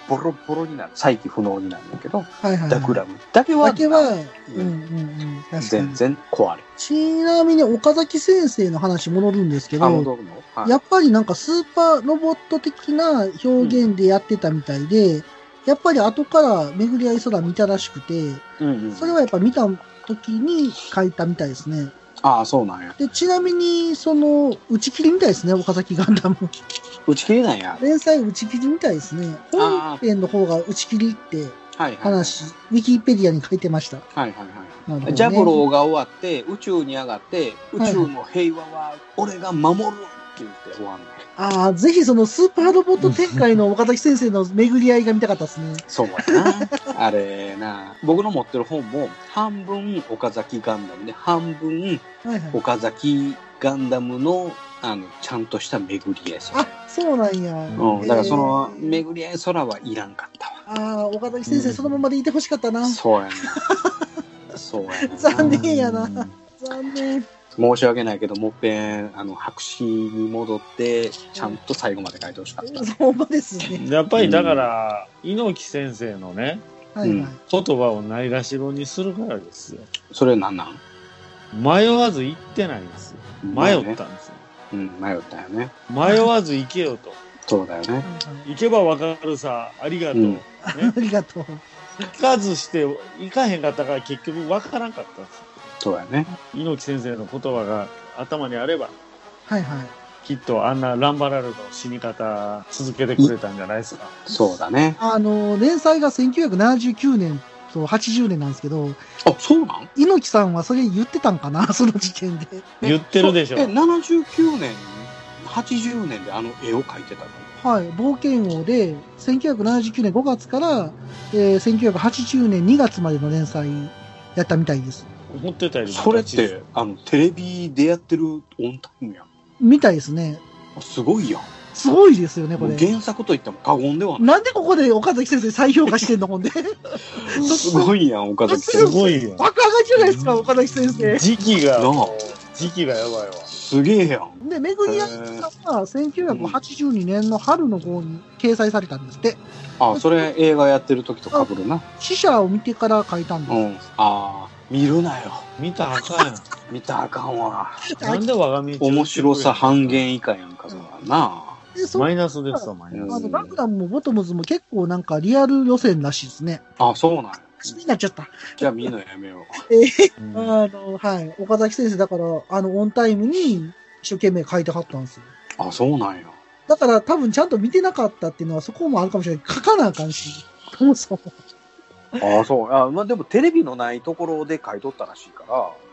ボロボロになる。再起不能になるんだけど、
はいはい、
ダグラムだけは
だ、けは、うん
う
うん
ん
うん。確か
全
に。
然壊れん。
ちなみに岡崎先生の話戻るんですけ
あ、戻
ど、
るのはい
やっぱりなんかスーパーロボット的な表現でやってたみたいで、やっぱり後から巡り合い空見たらしくて、
うんうん
それはやっぱ見た時に書いたみたいですね。
ああ、そうなんや。
で、ちなみに、その、打ち切りみたいですね、岡崎ガンダム。
打ち切れないや。
連載打ち切りみたいですね。
あー
本編の方が打ち切りって
はいはい。
話、ウィキペディアに書いてました。
はいはいはい。
なるほど、ね。
ジャブローが終わって、宇宙に上がって、宇宙の平和は俺が守るって言って終わんねん。
ああ、ぜひそのスーパーロボット展開の岡崎先生の巡り合いが見たかったですね。
そうやな。あれな。僕の持ってる本も、半分岡崎ガンダムで、半分
はいはい。
岡崎ガンダムの、あの、ちゃんとした巡り合い空。
あ、そうなんや。
うん。だからその、巡り合い空はいらんかったわ。
えー。ああ、岡崎先生そのままでいてほしかったな。
そうやな。そうやな。
残念やな
うん
残念。
申し訳ないけど、もっぺん、あの、白紙に戻って、ちゃんと最後まで書いてほしかった。
ほんまですね。
やっぱりだから、猪木先生のね、
はいはい。
うん
言葉をないがしろにするからですよ。
それなんなん
迷わず行ってないんですよ。迷ったんですよ。
うん、迷ったよね。
迷わず行けよと。
そうだよね。
行けばわかるさ、ありがとう。
うん
ね、
ありがとう。
行かずして、行かへんかったから結局わからんかったんですよ。
そうだよね。
猪木先生の言葉が頭にあれば、
はいはい。
きっとあんなランバラルの死に方続けてくれたんじゃないですか。
そうだね。
あの、連載が1979年と80年なんですけど、
あ、そうなん
猪木さんはそれ言ってたんかな、 その時点で。
言ってるでしょ
え、。79年、80年であの絵を描いてたの
はい、冒険王で、1979年5月から、えー、1980年2月までの連載やったみたいです。
思ってたより
それって、あの、テレビでやってるオンタイムやん。
みたいですね。
あすごいやん。
すごいですよね、これ
もう。原作と言っても過言ではない。
なんでここで岡崎先生再評価してんの、ほんで。
すごいやん、岡崎
す
先生。
ごいよ。
爆上がりじゃないですか、岡崎先生。
時期が
なあ、
時期がやばいわ。
すげえやん。
で、めぐりやさんは1982年の春の号に掲載されたんですって、
あ、それ映画やってる時と被るな。
死者を見てから書いたん
う
で
ん。あー、見るなよ。
見たらあかんやん。
見たらあかんわ。
す。
なんで我が道
面白さ半減以下やんか、それはな。
でその
マイナスですわ、マイナ
あ
ス。
の、バグダムもボトムズも結構なんかリアル路線らしいですね。
あ、そうなんや。
好きになっちゃった。
じゃあ見るのやめよう。
うん
あの、はい。岡崎先生、だから、あの、オンタイムに一生懸命書いてはったんですよ。
あ、そうなんや。
だから多分ちゃんと見てなかったっていうのはそこもあるかもしれない。書かなあかんし。そもそも。
ああ、そう。あまあ、でもテレビのないところで買い取ったらしいか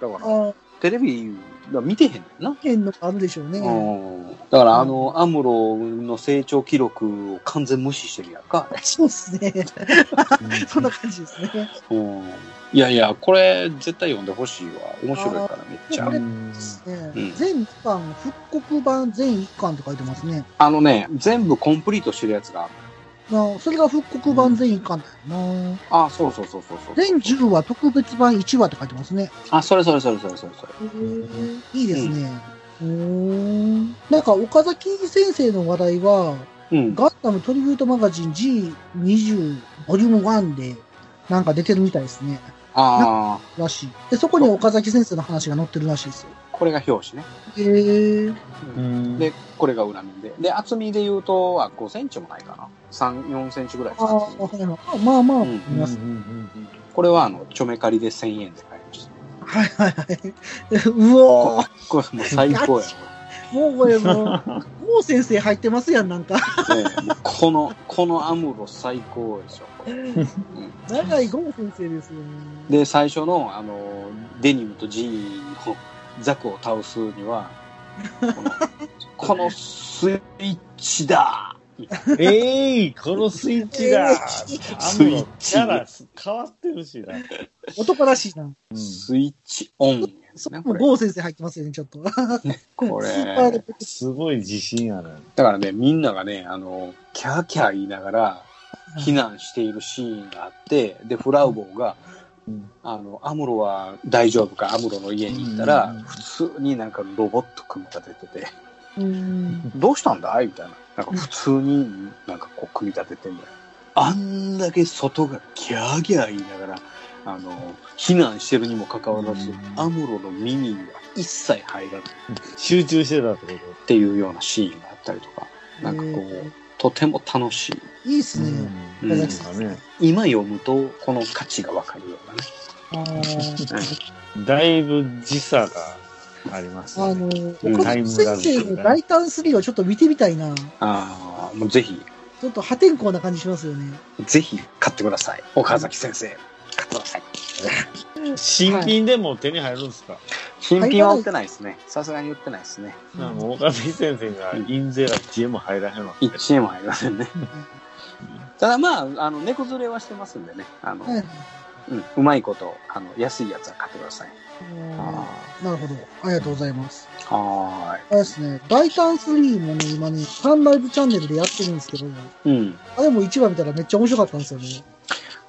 ら、だから、
ああ、
テレビが見てへんねんな。
変のあるでしょうね。
うんだから、あの、アムロの成長記録を完全無視してるやんか。
そうですね。そんな感じですね。
うんいやいや、これ絶対読んでほしいわ。面白いから、めっち
あ
ゃ
ー。
ん
全1巻、復刻版全1巻って書いてますね。
あのね、全部コンプリートしてるやつがある。
なあそれが復刻版全1巻だよな。
ああ、そうそうそうそうそう。
全10話特別版1話って書いてますね。
あ、それそれそれそれそれそれ。
いいですね。うーん、なんか岡崎先生の話題は、
うん。
ガンダムトリビュートマガジン G20 ボリューム1でなんか出てるみたいですね。
ああ、
らしい。で、そこに岡崎先生の話が載ってるらしいですよ。
これが表紙ね。
へえ。
うん
で、これが裏面で。で、厚みで言うと、あ、5センチもないかな。3、4センチぐらい
あ
か
あ、
な。
はいはいまあまあ、
うん
見
うん
ます。
うん
これは、あの、ちょめ借りで1000円で買いました。
はいはいはい。 うおー
これもう最高や
もうこれもう、もう先生入ってますやん、なんか。
これ。ねえもうこの、このアムロ最高でしょ、これ。うん
長いゴー先生ですよね。
で、最初の、あの、デニムとジーンのザクを倒すには、この、このスイッチだ
うんえい、このスイッチだ。
え
あんのキャラ変わってるしな。
男らしいな。
スイッチオンや
そ
ね、
こ
こ
も
れ。
ゴー先生入ってますよね、ちょっと。
これ
スーパーで
すごい自信ある。
だからね、みんながね、あの、キャーキャー言いながら、避難しているシーンがあって、で、フラウボーが、あの、アムロは大丈夫か、アムロの家に行ったら、普通になんかロボット組み立ててて、
うん。
どうしたんだいみたいな。なんか普通になんかこう組み立ててんだよ。あんだけ外がギャーギャー言いながら、あの、避難してるにもかかわらず、アムロの耳には一切入らない。
集中してたってこと
っていうようなシーンがあったりとか、なんかこう、とても楽しい。
いいっすね。
うん
岡崎さん。
今読むと、この価値がわかるようなね。
あー
だいぶ時差があります
あ
ね。
の、
うん
岡崎先生の大胆3をちょっと見てみたいな。
ああ、もうぜひ、
ちょっと破天荒な感じしますよね。
ぜひ買ってください。岡崎先生、買ってください。
新品でも手に入るんですか、
新品は売ってないですね。さすがに売ってないですね。
あの岡崎先生が印税が1円も入らへんわけ。
1円も入りませんね。ただまあ、あの、猫連れはしてますんでね。あの、
はい
うん、うまいこと、あの、安いやつは買ってください。
なるほど。ありがとうございます。
は
あれですね、大胆3もね、今ね、サンライブチャンネルでやってるんですけど、
ーい。うん。
あれも1話見たらめっちゃ面白かったんですよね。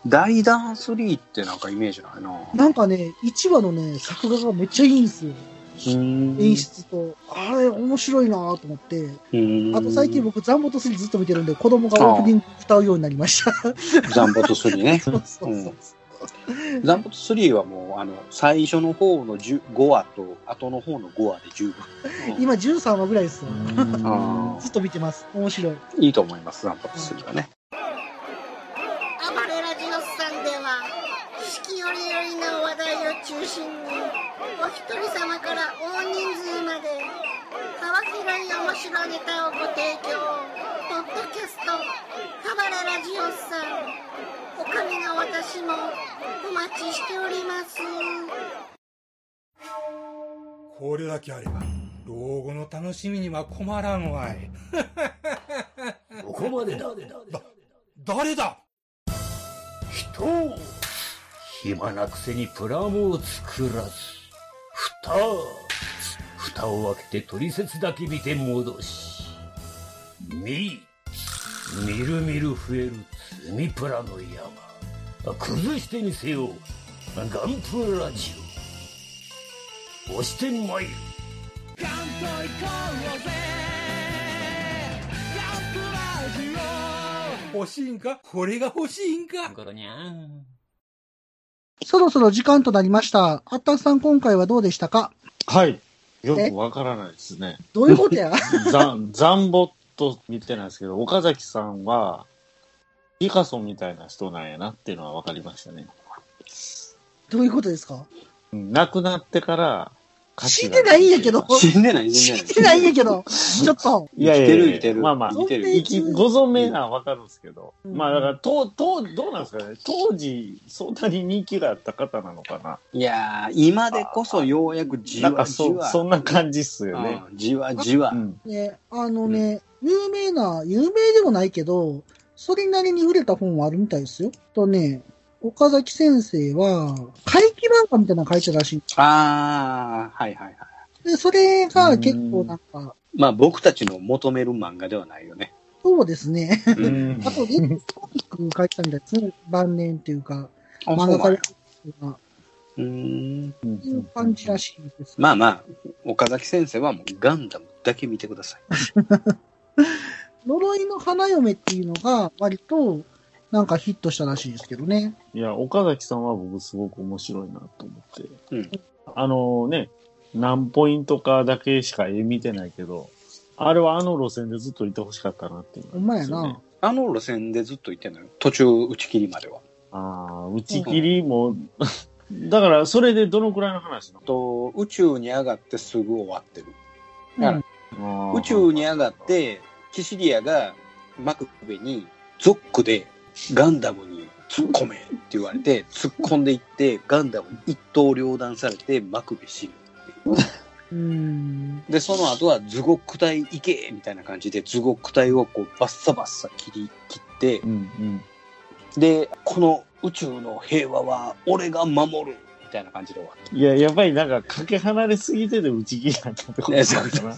大弾3ってなんかイメージないなぁ。
なんかね、1話のね、作画がめっちゃいいんですよ。演
演
出と。あれ、面白いなぁと思って。
あ
あと最近僕、ザンボと3ずっと見てるんで、子供がオープニング歌うようになりました。
ザンボト3ね。
そうそうそう。
うんザンボト3はもう、あの、最初の方の10 5話と、後の方の5話で十分。
今13話ぐらいですよ。
あ
ずっと見てます。面白い。
ーいいと思います、ザンボト3はね。
暴れラジオスさんでは四季折々の話題を中心にお一人様から大人数まで幅広い面白いネタをご提供ポッドキャスト「暴れラジオスさん」おかみの私もお待ちしております
これだけあれば、老後の楽しみには困らんわい。
ここまでだ。
誰だ
人を暇なくせにプラモを作らず、蓋、蓋を開けて取説だけ見て戻し、見、みるみる増える積みプラの山。崩してみせよう。ガンプラジオ。押してまいる。
欲しいんかこれが欲しいんか
そろそろ時間となりました。あったくさん、今回はどうでしたか
はい。よくわからないですね。
どういうことや
ザンザンボット見てないですけど、岡崎さんは、ピカソみたいな人なんやなっていうのはわかりましたね。
どういうことですか
うん亡くなってから、
死んでないんやけど。
死んでない、死んでない。
死んでないんやけど。ちょっと。
いやいやいや
生きてる生きてる
まあまあ、
生きてる
生きご存命なのはわかるんですけど、
うん
まあだから、とうとうどうなんですかね、当時、そんなに人気があった方なのかな。
いやー、今でこそようやくじ
なん
わ
か
じ
そ
わ。
そんな感じっすよね。
うんじわじわ。
ね、あのね、有名な、有名でもないけど、それなりに売れた本はあるみたいですよ。とね、岡崎先生は、怪奇漫画みたいなの書いてたらしい。
ああ、はいはいはい。
で、それが結構なんか、
まあ僕たちの求める漫画ではないよね。
そうです ね。
ん
あと、レッツコミック書いてたみたいですね。晩年っていうか、
あ
漫画
そうな
家
んや
とか、
うーん。
っていう感じらしいです。
まあまあ、岡崎先生はもうガンダムだけ見てください。
呪いの花嫁っていうのが、割と、なんかヒットしたらしいですけどね。
いや、岡崎さんは僕すごく面白いなと思って。
うん。
あのね、何ポイントかだけしか絵見てないけど、あれはあの路線でずっといてほしかったなっていうのは
ほんまやな。
あの路線でずっと言ってんのよ。途中打ち切りまでは。
ああ、打ち切りも、 だからそれでどのくらいの話なの
と宇宙に上がってすぐ終わってる。だから
あー
宇宙に上がって、キシリアがマクベにゾックでガンダムに突っ込めって言わ れて、突っ込んでいって、ガンダムに一刀両断されてマクベ死ぬ。で、その後はズゴック隊行けみたいな感じで、ズゴック隊をこうバッサバッサ切り切って、で、この宇宙の平和は俺が守るみたいな感じで終わっ
いや、やっぱりなんかかけ離れすぎてで打ち切りになったってこと
いやそう
なのかな。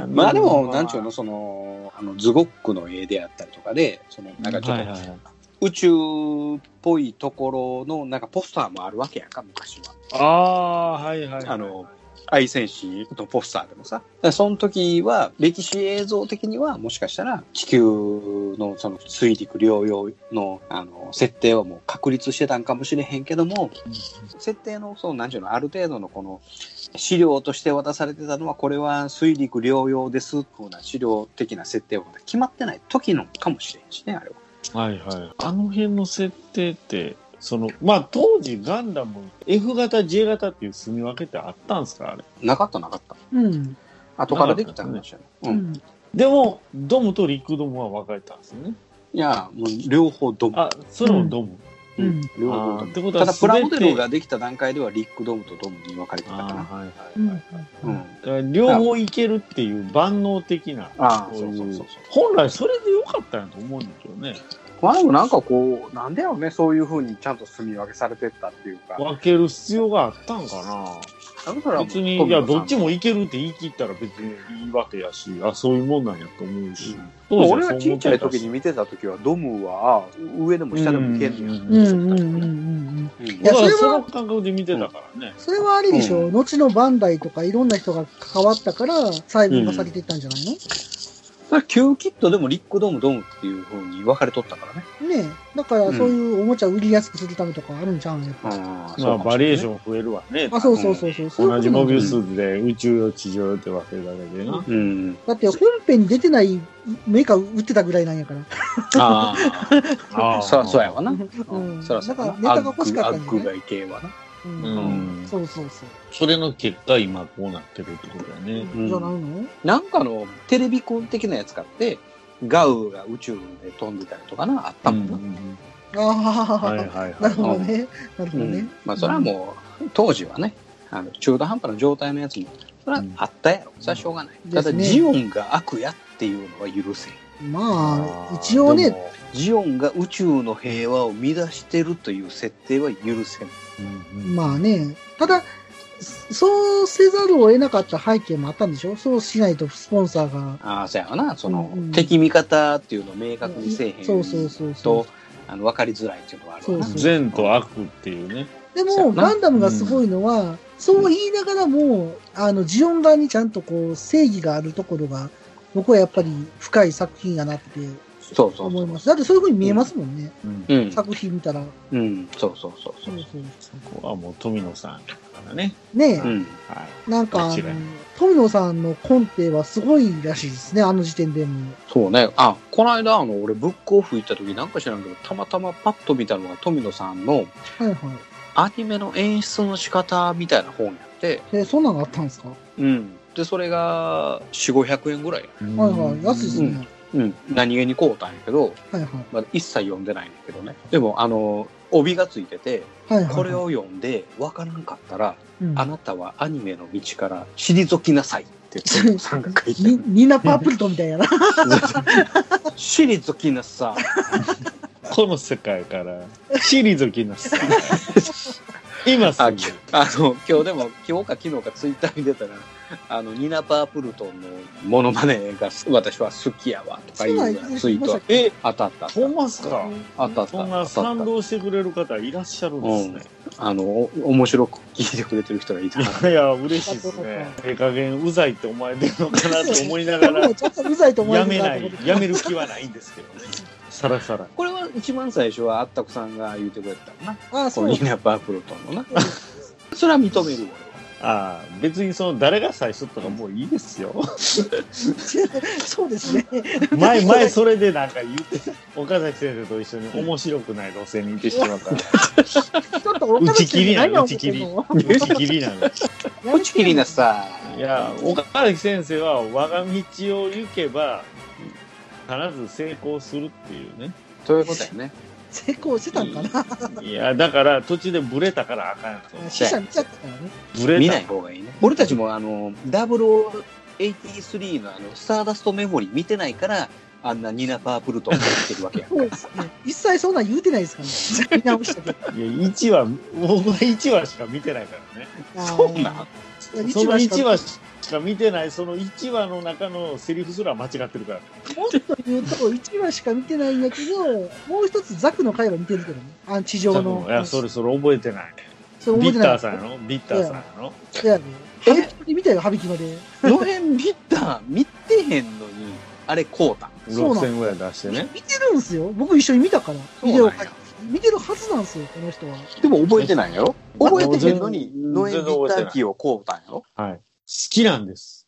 た。まあでも、なんちゅうの、その、の、あの、ズゴックの絵であったりとかで、その、なんかちょっ
はいはいは
と、宇宙っぽいところの、なんかポスターもあるわけやんか、昔は。
ああー、はいはい、はい。
あの、愛戦士のポスターでもさ。だからその時は、歴史映像的には、もしかしたら、地球のその水陸両用の、あの、設定はもう確立してたんかもしれへんけども、設定の、その、なんちゅうの、ある程度のこの、資料として渡されてたのは、これは水陸両用です、こうな資料的な設定はまだ決まってない時のかもしれんしね、あれは。
はいはい。あの辺の設定って、その、まあ、当時ガンダム F 型、J 型っていう住み分けってあったんですかあれ。
なかったなかった。
うん。。
後からできた話やね。うん
でも、ドムとリクドムは分かれたんですよね。
いや、もう両方ドム。
あ、それもドム。
うん。
両方ド
あーってこ
ム。
と
た
は
だ、プラモデ
全て
ルができた段階では、リックドムとドムに分かれてたか
は
な。
いはい。
うん。
う
だ
ん。
から両方いけるっていう万能的な。
ああ
こい
そうそうそう
本来それでよかったんやと思うんだけどね。
まあでもなんかこう、なんだよね、そういうふうにちゃんと住み分けされてったっていうか。
分ける必要があったんか
だか
な。
ら
別に、いや、どっちもいけるって言い切ったら別にいいわけやし、あ、そういうもんなんやと思うし。当時は
俺は
そう
ち
思
っ
っ
ちゃ
て
い
たし
時に見てた時は、ドムは、ああ上でも下でもいけんねや。
うんうんうんうんうん。いや、
だか
そ
ら
れ
その
は、
感覚で見てたからね。
それはあれでしょ、後のバンダイとかいろんな人が関わったから、細分化されていったんじゃないの、
まあ、旧キットでもリックドムドムっていうふうに分かれとったからね。
ねえ。だから、そういうおもちゃ売りやすくするためとかあるんちゃうんやっぱ。
あ
まあ、バリエーション増えるわね。
あそうそうそうそうそういうこと
同じモビウスで宇宙よ、地上よって分けるだけでな。
うん。
だって、本編に出てないメーカー売ってたぐらいなんやから。
あ
あ
あ。 そらそうやわな。
うん。
そらそうや
だ
わ
から、ネ
な。
タが欲しかったん
ア
じ
ッ
ゃ
グ
ない
がいけはな。
うん。
そうそうそう。
それの結果、今こうなってるってことだよね。
うん
じゃないの
なんかの、テレビコン的なやつ買って、ガウが宇宙で飛んでたりとかな、あったもんな。
ああ、
はいはいはい
なるほどね。なるほど
う
ね
ん。まあそれはもう当時はねあの中途半端な状態のやつもそれはあったやろ、それはしょうがない、
ですね
ただジオンが悪やっていうのは許せん
まあ、一応
で
ね、
もジオンが宇宙の平和を乱してるという設定は許せん
まあね、ただ、そうせざるを得なかった背景もあったんでしょそうしないとスポンサーが。
ああそうやわなその、
うんうん
敵味方っていうのを明確にせえへんと、
そうそうそうそう
あの分かりづらいっていうのはあるわな
そうそう
善と悪っていうね。
で
そう
も、
やな
ガンダムがすごいのは、そう言いながらも、あの、ジオン側にちゃんとこう、正義があるところが、僕はやっぱり深い作品だなって
そうそう
思い
そ
うます。だってそういう風に見えますもんね。
うん、
作品見たら。
うん、そうそうそうそう
そうそう
ここはもう富野さんからね。
ねえ、
うん
はい。
なんか、あ
間違
の
いない
富野さんのコンテはすごいらしいですね、あの時点でも。
そうね。あ、この間、あの、俺、ブックオフ行った時なんか知らんけど、たまたまパッと見たのが富野さんの
はいはい。
アニメの演出の仕方みたいな本やって、
え、そんなのあったんですかは
うん。で、それが、4、500円ぐらい。
いはい。安いですね。
うん。何気に買うたんやけど、
はいはい。
まだ一切読んでないんだけどね。でも、あの、帯がついてて、
はいはいはい
これを読んで、わからんかったら、
うん
あなたはアニメの道から退きなさい って、富野さんが書いてあ
み。
る
みんなパープルトみたいやな。
退きなさい。
この世界から、退き なさい。今す
あ
ぐ
き。あの今日でも今日か昨日かツイッターに出たらあのニナ・パープルトンのモノマネが私は好きやわとかいうようなツイー
そうな
ト
ん
え、
あったあったあった
ほんますか
あったあった
そん
あ
な
ったあ
賛
っ
同してくれる方いらっしゃるん
た、
で
う
す
ん
ね。、
あのお面白く聞いてくれてる人がいたから
いや、嬉しいですね。ええ加減うざいって思われてるのかなと思いながら
もう、ちょっとうざいと思わ
や
れてる
め
な
な
と思
い
って、
やめる気はないんですけどね。さらさら。
これは一番最初はあったくさんが言ってくれてたもん
あ
な
あ、
こ
そ
の
う
ニ。ナ・パープルトンのなそれは認める
ああ、別にその誰が最初とかもういいですよ。
そうですね。
前、前それでなんか言ってた。岡崎先生と一緒に面白くない路線に行ってしまうから。
ちょっとお
打
か
ち
し
切
い
りな
何が
の、打
起
ち
こってんの
切り。打ち切りなの。
俺打ち切りなさ
いや、岡崎先生は我が道を行けば、必ず成功するっていうね。
そういうことやね
成功してたんかな。
いや、だから途中でブレたからあかんやと。
死者見ちゃったからね。
ブレた
見ない方がいいね俺たちもあの0083のあのスターダストメモリー見てないからあんなニナ・パープルトンが言ってるわ けや
そうですね。一切そんなん言うてないですからね。見直したけど。
いや、1話、僕は1話しか見てないからね。
あー
そんなん
いや
その
一
1
話
話
し
ししか見てない、その1話の中のセリフすら間違ってるから。
もっと言うと、1話しか見てないんだけど、もう一つザクの回は見てるけどね。あ地上
多
の
分。いや、それそれ覚えてない。
それ覚え
ビ
てな
ッ
い
ターさんやろビッターさんやろ
いやね。羽引きまで見たよ、羽引きまで。
の辺ビッター見てへんのに、あれこうた。
そうなん
6500円出してね。
見てるんすよ。僕一緒に見たから。ビデオ借りて見てるはずなんですよ、この人は。
でも覚えてないやろ覚えてへんのに、
全然
ノエビッターキーをこうたんやろ
はい。好きなんです。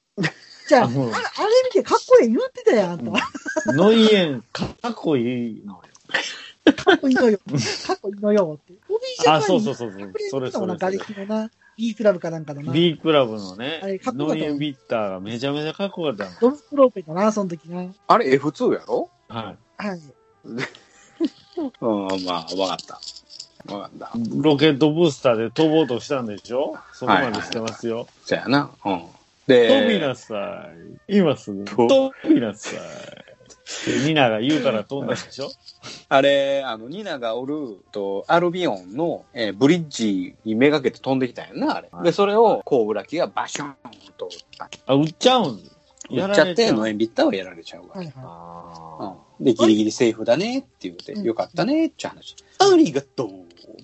じゃあ、あ
もう
れあれ見てかっこええ言ってたやん、あんた。
ノイエン、かっこいいのよ。
かっこいいのよ。かっこいいのよって。オビジャパン
あ、そうそうそうそう。それ
そ
そうれ
な、
そ
が
れ
れ。きのな、B クラブかなんかだな。
B クラブの
あれ
ね
か、っこよかっ
ノ
た
イエンビッターがめちゃめちゃかっこよかったの。
ドルクローペだな、その時な。
あれ F2 やろ
はい。
はい。
うん、まあ、わかった。わかった。
ロケットブースターで飛ぼうとしたんでしょそこまでしてますよ。
そやな。うん。
飛び
で、
なさい。今すぐ。飛びなさい。ってニナが言うから飛んだでしょ
あれ、あの、ニナがおる、と、アルビオンの、えーブリッジにめがけて飛んできたんやんな、あれ。で、それを、コウウラキがバシュンと
あ、撃っちゃうん
撃
や
っ
ら
ちゃ
れ
っ
ちゃ
て、
う
ノエンビッターはやられちゃうわ。
はいは
うんで、ギリギリセーフだねって言うて、よかったねって話。ありがとう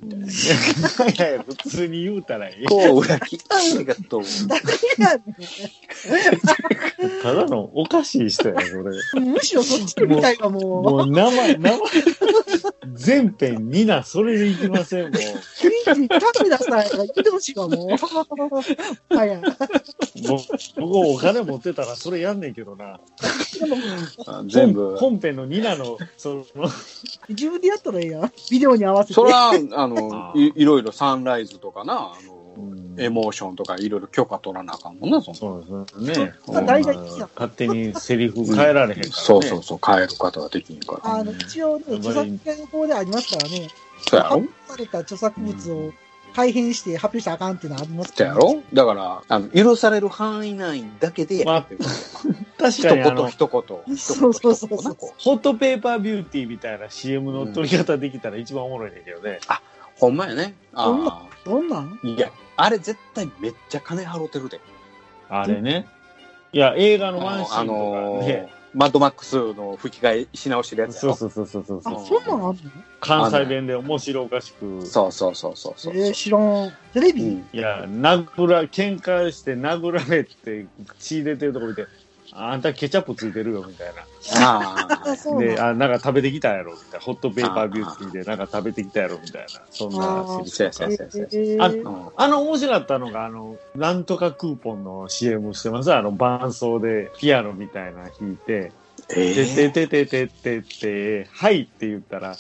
みたいな。
いやいや、普通に言うたらいい。
コウウラキ、 ありがとう。
ただのおかしい人やね、こ
い。むしろそっちのみたいわ、
れ。
もう。
もう名前、名前。全編ニナ、それでいきません、もう。
クリッチ、タップださい。言ってほしいわ、 もう。はいはい。
もう僕お金持ってたらそれやんねんけどな。
全部
本本編のニナの、その、
自分でやったらええやん。ビデオに合わせて。
そら、あ の、いいろいろサンライズとかな、あの、エモーションとかいろいろ許可取らなあかんもんな、そんな。
そうですね。
うん大体
勝手にセリフ変えられへんから、ね。
そうそうそう、変えることができんから。
あの、一応ね、著作権の法でありますからね。
そうやろ
された著作物を改変して発表したらあかんっていうのはあります
そうやろだから、あの、許される範囲内だけでやってる。
確かにあの
一言一言。
そうそうそうそう。
ホットペーパービューティーみたいな CM の撮り方できたら一番おもろいねんけどね。
あ、ほんまやね。
どん
あ
な、どんなん
いや、あれ絶対めっちゃ金払ってるで。
あれね。いや、映画のワンシー
あ
ンと
の
か
ー
ね、、
マッドマックスの吹き替えし直してるやつやろ。
そうそうそうそう
あ、そんなんあんの
関西弁で面白おかしく。
そうそうそうそうそう。
えー、知らん。テレビ、
いや、殴ら、喧嘩して殴られて血出てるとこ見て、あんたケチャップついてるよみたいな。
あ
あ、そう
で、
なん
あ、なんか食べてきたやろみたいな。ホットペーパービューティーでなんか食べてきたやろみたいな。そんなセリフとか
そうやそうやそうや
そうや
ああの、面白かったのが、あの、なんとかクーポンの CM してます。あの、伴奏でピアノみたいな弾いて、
えー
ててててててて、はいって言ったら、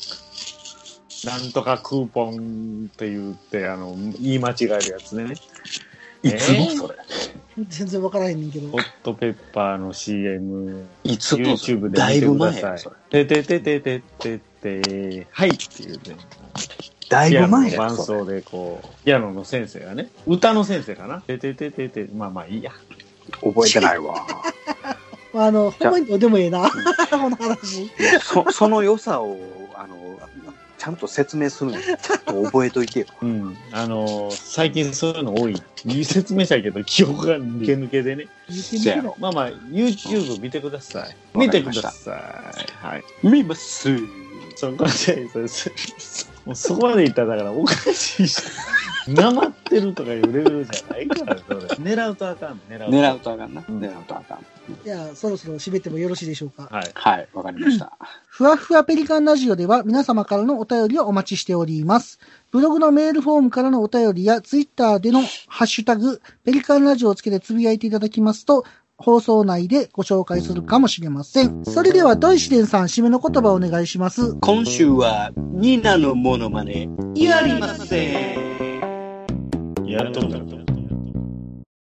なんとかクーポンって言って、あの、言い間違えるやつね。
いつのそれ、
全然わからへんねんけど。
ホットペッパーの CM、
いつのそれ
YouTube で
だい
見て
ぶ
くだ
前
さ
や
い
それ。。
ててててててて、はいっていうね。
だいぶ前
ピアノ
や
の伴
それ。
奏でこう、ピアノの先生がね、歌の先生かな。ててててて、まあまあいいや。
覚えてないわ。
まあ、あの、ほんまにどうでもええな。 この話。
そ その良さを、あの、ちゃんと説明するのにちょっと覚えといてよ。
うん。あのー最近そういうの多い。説明したけど、記憶が抜け抜けでね。
言ってみても
まあまあ、YouTube 見てください。
うん
見てください。はい。
見ます。
そこまで、そそもうそこまでいったら、だからおかしいし、なまってるとかいうレベルじゃないから、それ。狙うとあかん、狙うと。
狙うとあかんな。狙うとあかん。
じゃあ、そろそろ締めてもよろしいでしょうか。
はい。
はい、わかりました。
ふわふわペリカンラジオでは皆様からのお便りをお待ちしております。ブログのメールフォームからのお便りやツイッターでのハッシュタグ、ペリカンラジオをつけてつぶやいていただきますと、放送内でご紹介するかもしれません。それでは、ドイシデンさん、締めの言葉をお願いします。
今週は、ニナのモノマネ、やりません。
やっとんだと。